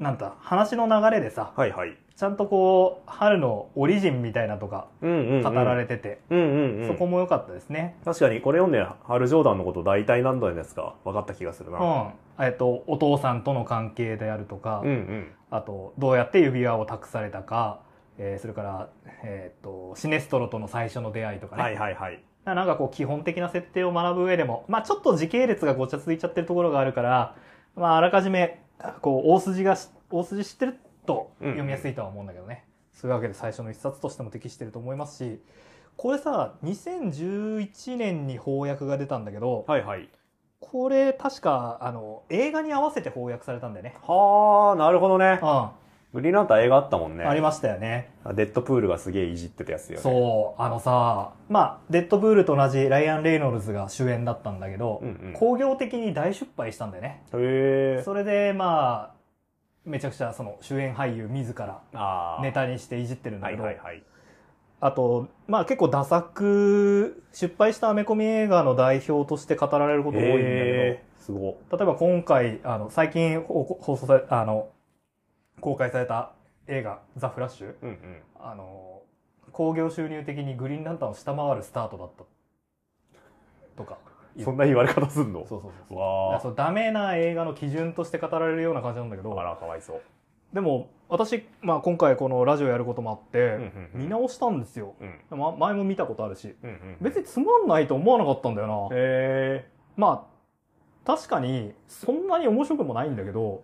S1: あなんだ話の流れでさ
S2: いはい。
S1: ちゃんとこう春のオリジンみたいなとか
S2: うんうんうん
S1: 語られてて、
S2: うんうんうん
S1: そこも良かったですね。
S2: 確かにこれ読んでハル・ジョーダンのこと大体何度ですか分かった気がする
S1: う
S2: な。
S1: んえっと、お父さんとの関係であるとか、
S2: うんうん。
S1: あとどうやって指輪を託されたか、えーそれから、えっとシネストロとの最初の出会いとかね、
S2: はいはいはい。
S1: なんかこう基本的な設定を学ぶ上でも、まあちょっと時系列がごちゃついちゃってるところがあるから、まああらかじめ、こう大筋がし、大筋知ってると読みやすいとは思うんだけどね。そういうわけで最初の一冊としても適してると思いますし、これさ、2011年に翻訳が出たんだけど、
S2: はいはい。
S1: これ確か、あの、映画に合わせて翻訳されたんだよね。
S2: はあ、なるほどね
S1: う。ん。あ
S2: グリーンランタン映画あったもんね。
S1: りましたよね。
S2: デッドプールがすげえいじってたやつよね。
S1: そう、あのさ、まあ、デッドブールと同じライアン・レイノルズが主演だったんだけど、
S2: うんうん。
S1: 工業的に大失敗したんだよね。
S2: へえ。
S1: それでまあめちゃくちゃその主演俳優自ら
S2: ああ。
S1: ネタにしていじってるんだ
S2: は
S1: け
S2: い
S1: ど、
S2: はいはい。
S1: あとまあ結構ダ作失敗したアメコミ映画の代表として語られること多いんだけど、
S2: へーすごい。
S1: 例えば今回あの最近放放送されあの公開された映画「ザ・フラッシュ
S2: うんうん。」
S1: あの興行収入的にグリーンランタンを下回るスタートだったとか
S2: そんな言われ方すん
S1: そ
S2: の
S1: うそうそうそうだか
S2: わ
S1: ら
S2: あ
S1: そ。のダメな映画の基準として語られるような感じなんだけど
S2: あら、かわいそう。
S1: でも私、まあ、今回このラジオやることもあって、見直したんですよ、
S2: うん。
S1: ま、前も見たことあるし
S2: うんうん。
S1: 別につまんないと思わなかったんだよな、
S2: へえ。
S1: まあ確かにそんなに面白くもないんだけ ど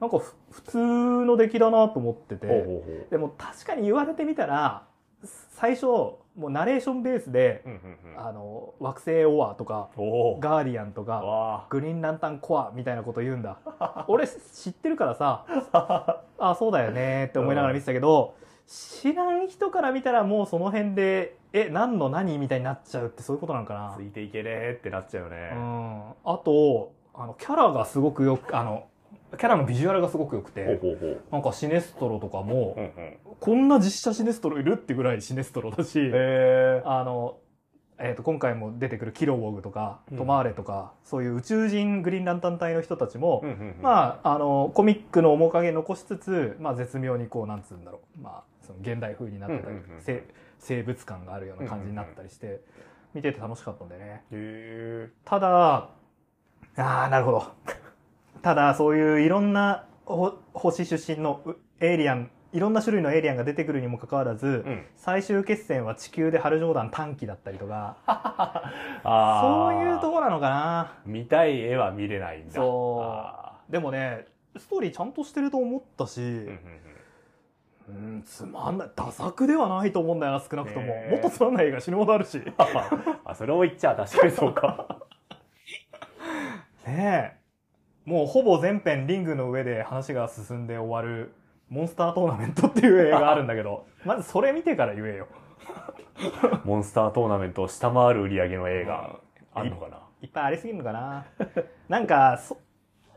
S1: なんかふ普通の出来だなと思ってて
S2: ほうほうほう。
S1: でも確かに言われてみたら最初もうナレーションベースで
S2: うんうん
S1: 「
S2: うん。
S1: あの惑星オア」とか
S2: お
S1: 「
S2: お。
S1: ガーディアン」とか
S2: わあ。
S1: グリーンランタンコアみたいなこと言うんだ 俺知ってるからさあそうだよねって思いながら見てたけど、知らん人から見たらもうその辺でえ何の何みたいになっちゃうってそういうことなんかな
S2: ついていけねえってなっちゃうよね
S1: う。んあとあのキャラがすごくよくあのキャラのビジュアルがすごくよく
S2: ほう
S1: て
S2: ほうほう。
S1: なんかシネストロとか
S2: う
S1: も、
S2: んうん。
S1: こんな実写シネストロいるってぐらいシネストロだし、
S2: へえ。
S1: あの、えー、と今回も出てくるキロウォグとか、
S2: うん
S1: トマーレとかそういう宇宙人グリーンランタン隊の人たちも、
S2: うんうんうん。
S1: まあ、あのコミックの面影残しつつ、まあ、絶妙にこうなんつうんだろう、まあ、その現代風になってたり、
S2: うんうんうん
S1: せ生物感があるような感じになったりして、見てて楽しかったんでね
S2: へえ。
S1: ただあーなるほど ただそういういろんなほ星出身のうエイリアンいろんな種類のエイリアンが出てくるにもかかわらず、
S2: うん。
S1: 最終決戦は地球でハルジョーダン短期だったりとか
S2: あ
S1: そ
S2: あ。
S1: ういうとこなのかな
S2: 見たい絵は見れないんだ。
S1: そう
S2: あ
S1: でもねストーリーちゃんとしてると思ったし、
S2: ーうんうん
S1: うん、つまんない。ダ作ではないと思うんだよな、少なくとも。
S2: ねえ
S1: もっとつまんない映画死ぬほどある し。ね
S2: うん。あ、それを言っちゃ確かにそう か。
S1: え。もうほぼ全編リングの上で話が進んで終わる、モンスタートーナメントっていう映画あるんだけ ど、まずそれ見てから言えよ。
S2: モンスタートーナメントを下回る売り上げの映画、あんのかな。
S1: いっぱいありすぎるのかな。なんか、そ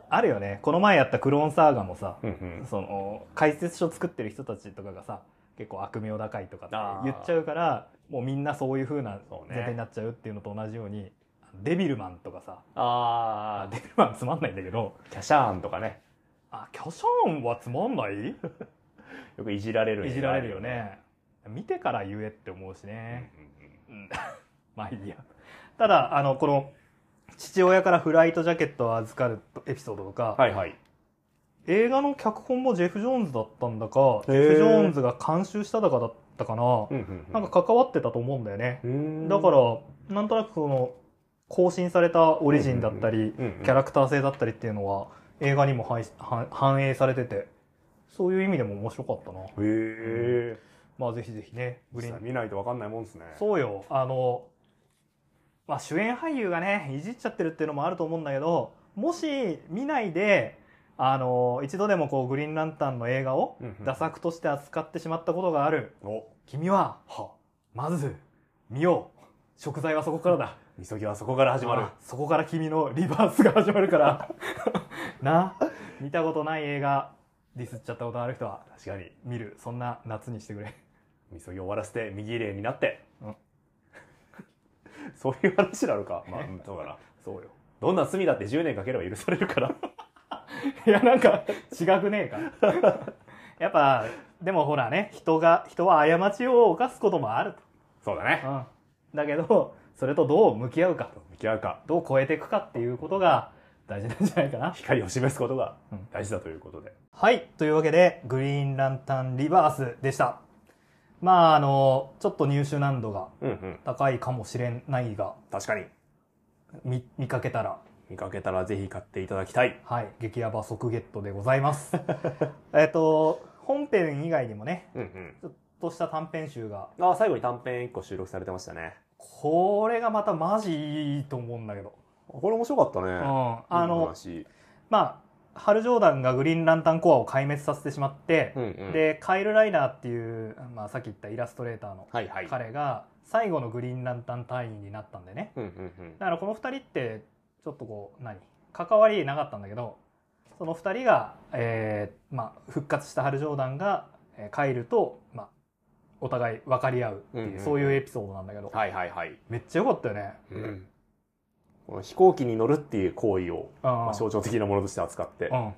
S1: あるよね。この前やったクローンサーガもさ、
S2: うんうん。
S1: その、解説書作ってる人たちとかがさ、結構悪名高いとかって
S2: あー
S1: 言っちゃうから、もうみんなそういう風な
S2: そうね
S1: 前提になっちゃうっていうのと同じように、デビルマンとかさ、あ
S2: あ
S1: デビルマンつまんないんだけど
S2: あ、キャシャーンとかね。
S1: あキャシャーンはつまんない
S2: よくいじられる
S1: い
S2: 映
S1: じ
S2: 画
S1: ら
S2: あ
S1: れるよ。ね見てから言えって思うし
S2: うん
S1: ね、うんまあいいやただあのこの父親からフライトジャケットを預かるエピソードとか、
S2: はいはい。
S1: 映画の脚本もジェフ・ジョーンズだったんだかジ
S2: へー
S1: ェフ・ジョーンズが監修しただかだったかな、
S2: うんうんう
S1: なんか関わってたと思うんだよね、
S2: ん
S1: だからなんとなくその更新されたオリジンだったり、
S2: うんうん
S1: キャラクター性だったりっていうのは映画にも反反反映されててそういう意味でも面白かったな
S2: へえ。
S1: まあぜひぜひねグリーン
S2: 見ないとわかんないもんですね。
S1: そうよあの、まあ、主演俳優がねいじっちゃってるっていうのもあると思うんだけどもし見ないであの一度でもこうグリーンランタンの映画を
S2: うんうん
S1: 打作として扱ってしまったことがある
S2: お、
S1: 君は
S2: は、
S1: まず見よう食材はそこからだ
S2: みそぎはそこから始まる
S1: あそこから君のリバースが始まるから な見たことない映画ディスっちゃったことある人は
S2: 確かに
S1: 見るそんな夏にしてくれ
S2: みそぎ終わらせて右霊になって、
S1: うん
S2: そういう話なの かまあうんそうだな
S1: そうよ
S2: どんな罪だって10年かければ許され るから
S1: いやなんか違くねえかやっぱでもほらね人が人は過ちを犯すこともある
S2: そうだ
S1: と、
S2: ね
S1: うん、だけどそれとどう向き合うか
S2: 向き合うか
S1: どう超えていくかっていうことが大事なんじゃないかな
S2: 光を示すことが
S1: うん
S2: 大事だということで、
S1: はいというわけで「グリーンランタンリバース」でしたまああのちょっと入手難度が
S2: うんうん
S1: 高いかもしれないが
S2: 確かに
S1: 見見かけたら
S2: 見かけたらぜひ買っていただきたい
S1: はい激ヤバ即ゲットでございますえっと本編以外にもね
S2: うんうん
S1: ちょっとした短編集が
S2: あ最後に短編1個収録されてましたね
S1: これがまたマジいいと思うんだけど、
S2: これ面白かったね、
S1: うん、
S2: いい
S1: あの
S2: 話
S1: まあハル・ジョーダンがグリーンランタンコアを壊滅させてしまって、
S2: うんうん、
S1: でカイル・ライナーっていう、まあ、さっき言ったイラストレーターの
S2: はいはい
S1: 彼が最後のグリーンランタン隊員になったんでね
S2: うんうんうん
S1: だからこの2人ってちょっとこう何関わりなかったんだけどその2人が、えーまあ、復活したハル・ジョーダンがえーカイルと、まあ、お互い分かり合うっていう、
S2: うんうんうん
S1: そういうエピソードなんだけど、
S2: はいはいはい、
S1: めっちゃ良かったよね。
S2: うん、この飛行機に乗るっていう行為を、
S1: うん
S2: まあ、象徴的なものとして扱って、
S1: うん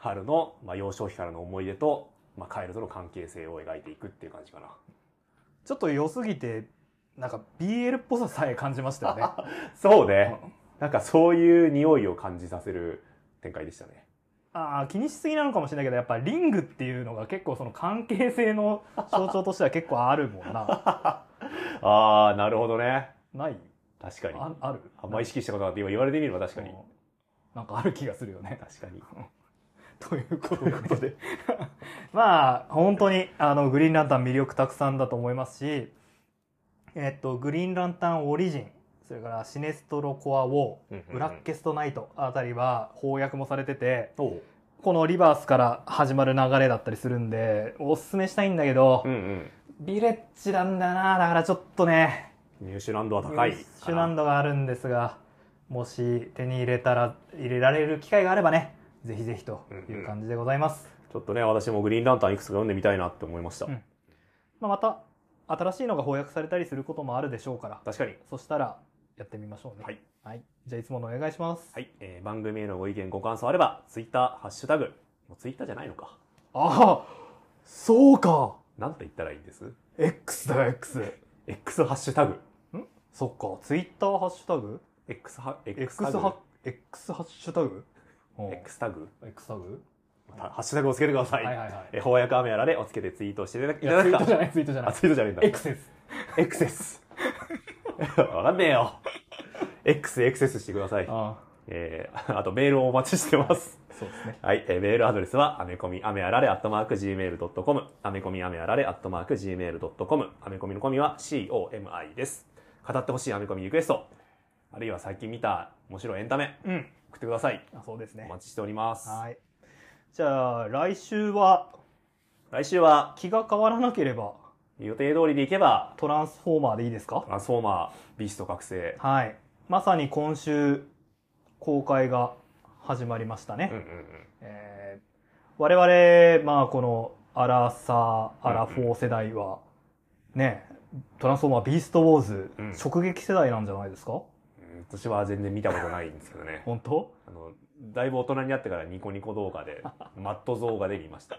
S2: 春の、まあ、幼少期からの思い出と、まあ、カエルとの関係性を描いていくっていう感じかな。
S1: ちょっと良すぎて、なんか BL っぽささえ感じま したよね。
S2: そうね。なんかそういう匂いを感じさせる展開でしたね。
S1: ああ、気にしすぎなのかもしれないけど、やっぱリングっていうのが結構その関係性の象徴としては結構あるもん な。
S2: ああ、なるほどね。
S1: ない
S2: 確かに。
S1: あある
S2: あんま意識したことなくて今言われてみれば確かに
S1: うん。なんかある気がするよ ね。
S2: 確かに。
S1: ということ
S2: ということ
S1: で。
S2: で。
S1: まあ、本当に、あの、グリーンランタン魅力たくさんだと思いますし、えっと、グリーンランタンオリジン、それからシネストロコアウォー、
S2: うんうんうん
S1: ブラッケストナイトあたりは翻訳もされてて、
S2: おう。
S1: このリバースから始まる流れだったりするんで、おすすめしたいんだけど、
S2: うんうん。
S1: ビレッジなんだな、だからちょっとね、
S2: 入手難度は高いかな。
S1: 手難度があるんですが、もし手に入れたら、入れられる機会があればね、ぜひぜひという感じでございます。
S2: ちょっとね、私もグリーンランタンいくつか読んでみたいなって思いました。
S1: うんまあ、また、新しいのが翻訳されたりすることもあるでしょうから、
S2: 確かに。
S1: そしたらやってみましょうね。
S2: はい。
S1: じゃあいつものお願いします。
S2: はい、えー番組へのご意見ご感想あれば、ツイッター、ハッシュタグ、もうツイッターじゃないのか。
S1: ああ、そうか。
S2: なんて言ったらいいんです
S1: X だよ、X。
S2: ?X ハッシュタグ。
S1: そっか、ツイッターハッシュタグ
S2: X ハ
S1: X
S2: タグ
S1: ハ X ハッシュタグ
S2: X タグ
S1: X タグ
S2: たハッシュタグをつけてください。
S1: はいはいはい
S2: えー翻訳アメやらでをつけてツイートしていただ
S1: い
S2: いた
S1: や
S2: だ
S1: ツイ
S2: く
S1: ートじゃ
S2: か。
S1: ないツイートじゃな
S2: あ、
S1: い
S2: ツイートじゃないんだ。
S1: X です
S2: XS。わかんねえよ。XXS してください。
S1: あ
S2: えー、あとメールをお待ちしてます。
S1: あそうですね
S2: はい、えーメールアドレスは、アメコミ、アメアラレ、アットマーク、gmail.com、アメコミ、アメアラレ、アットマーク、gmail.com、アメコミのコミは comi です。語ってほしいアメコミリクエスト、あるいは最近見た面白いエンタメ、
S1: うん
S2: 送ってください。
S1: あそうです
S2: お
S1: ね
S2: 待ちしております。
S1: はいじゃあ来週は
S2: 来週は、
S1: 気が変わらなければ
S2: 予定通りでいけば、
S1: トランスフォーマーでいいですか
S2: トランスフォーマー、ビースト覚醒、
S1: はいまさに今週公開が始まりましたね、
S2: うんうんうん、
S1: えー我々まあこのアラサーアラフォー世代はねトランスフォーマービーストウォーズ、
S2: うん
S1: 直撃世代なんじゃないですか。
S2: うん私は全然見たことないんですけどね
S1: 本当
S2: あの、だいぶ大人になってからニコニコ動 画で、マット動画で見ました。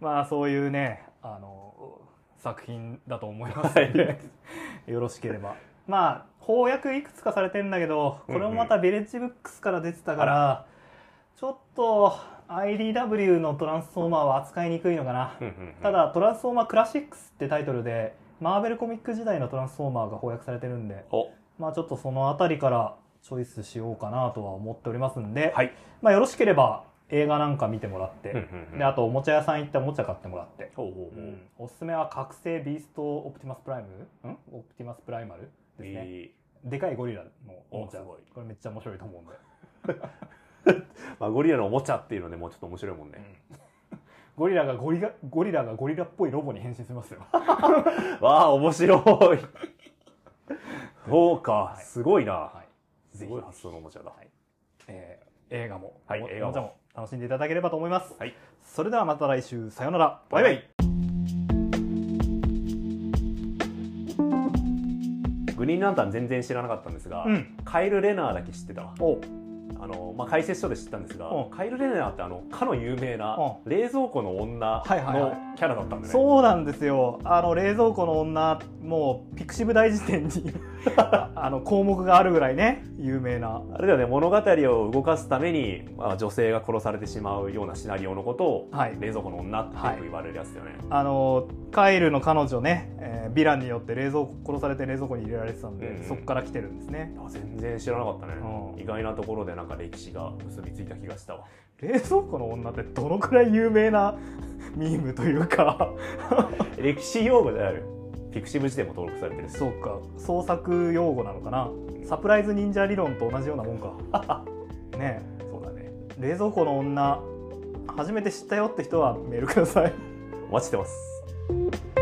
S1: まあそういうねあの作品だと思いますの
S2: は
S1: で、 よろしければまあ翻訳いくつかされてんだけどこれもまたビレッジブックスから出てたから、ちょっと IDW の「トランスフォーマー」は扱いにくいのかな、
S2: うんうんうん
S1: た、だ「トランスフォーマークラシックス」ってタイトルでマーベルコミック時代の「トランスフォーマー」が翻訳されてるんで
S2: お、
S1: まあちょっとその辺りからチョイスしようかなとは思っておりますんで、
S2: はい。
S1: まあよろしければ映画なんか見てもらって、
S2: うんうんうん
S1: であとおもちゃ屋さん行っておもちゃ買ってもらって
S2: ほうほうほう。
S1: おすすめは覚醒ビーストオプティマスプライムんオプティマスプライマルですね、
S2: え
S1: でかいゴリラのおもちゃ
S2: おすごい
S1: これめっちゃ面白いと思うんで
S2: ーまあ、ゴリラのおもちゃっていうのでもうちょっと面白いもんね。
S1: ゴリラがゴ リラゴリラがゴリラっぽいロボに変身しますよ
S2: わあ、面白い。そうか
S1: は、い
S2: すごいな。
S1: はい
S2: す
S1: ぜひ
S2: ごい発想のおもちゃだ。
S1: えー映画も、
S2: はい
S1: お
S2: 映画も
S1: おもちゃ楽しんでいただければと思います、
S2: はい
S1: それではまた来週さようなら
S2: バイバイ。グリーンランタン全然知らなかったんですが、
S1: うん
S2: カイル・レナーだけ知ってたわ。
S1: おう
S2: あのまあ、解説書で知ったんですが、
S1: うん
S2: カイル・レナーってあのかの有名な
S1: う
S2: 冷蔵庫の女の
S1: はいはいはい
S2: キャラだったんでね、
S1: そうなんですよあの冷蔵庫の女もうピクシブ大辞典に ああの項目があるぐらいね有名な
S2: あれだよね物語を動かすために、まあ、女性が殺されてしまうようなシナリオのことを、
S1: はい
S2: 冷蔵庫の女ってよく言われるやつだよね、
S1: あのカイルの彼女ね、えーヴィランによって冷蔵庫殺されて冷蔵庫に入れられてたんで、
S2: うんうん
S1: そこから来てるんですね
S2: あ全然知らなかったね、
S1: うん
S2: 意外なところでなんか歴史が結びついた気がしたわ
S1: 冷蔵庫の女ってどのくらい有名な ミームというか
S2: 歴史用語であるピクシブ辞典も登録されてるし
S1: そうか創作用語なのかなサプライズ忍者理論と同じようなもんか ね
S2: そうだね
S1: え冷蔵庫の女初めて知ったよって人はメールください
S2: お待ちしてます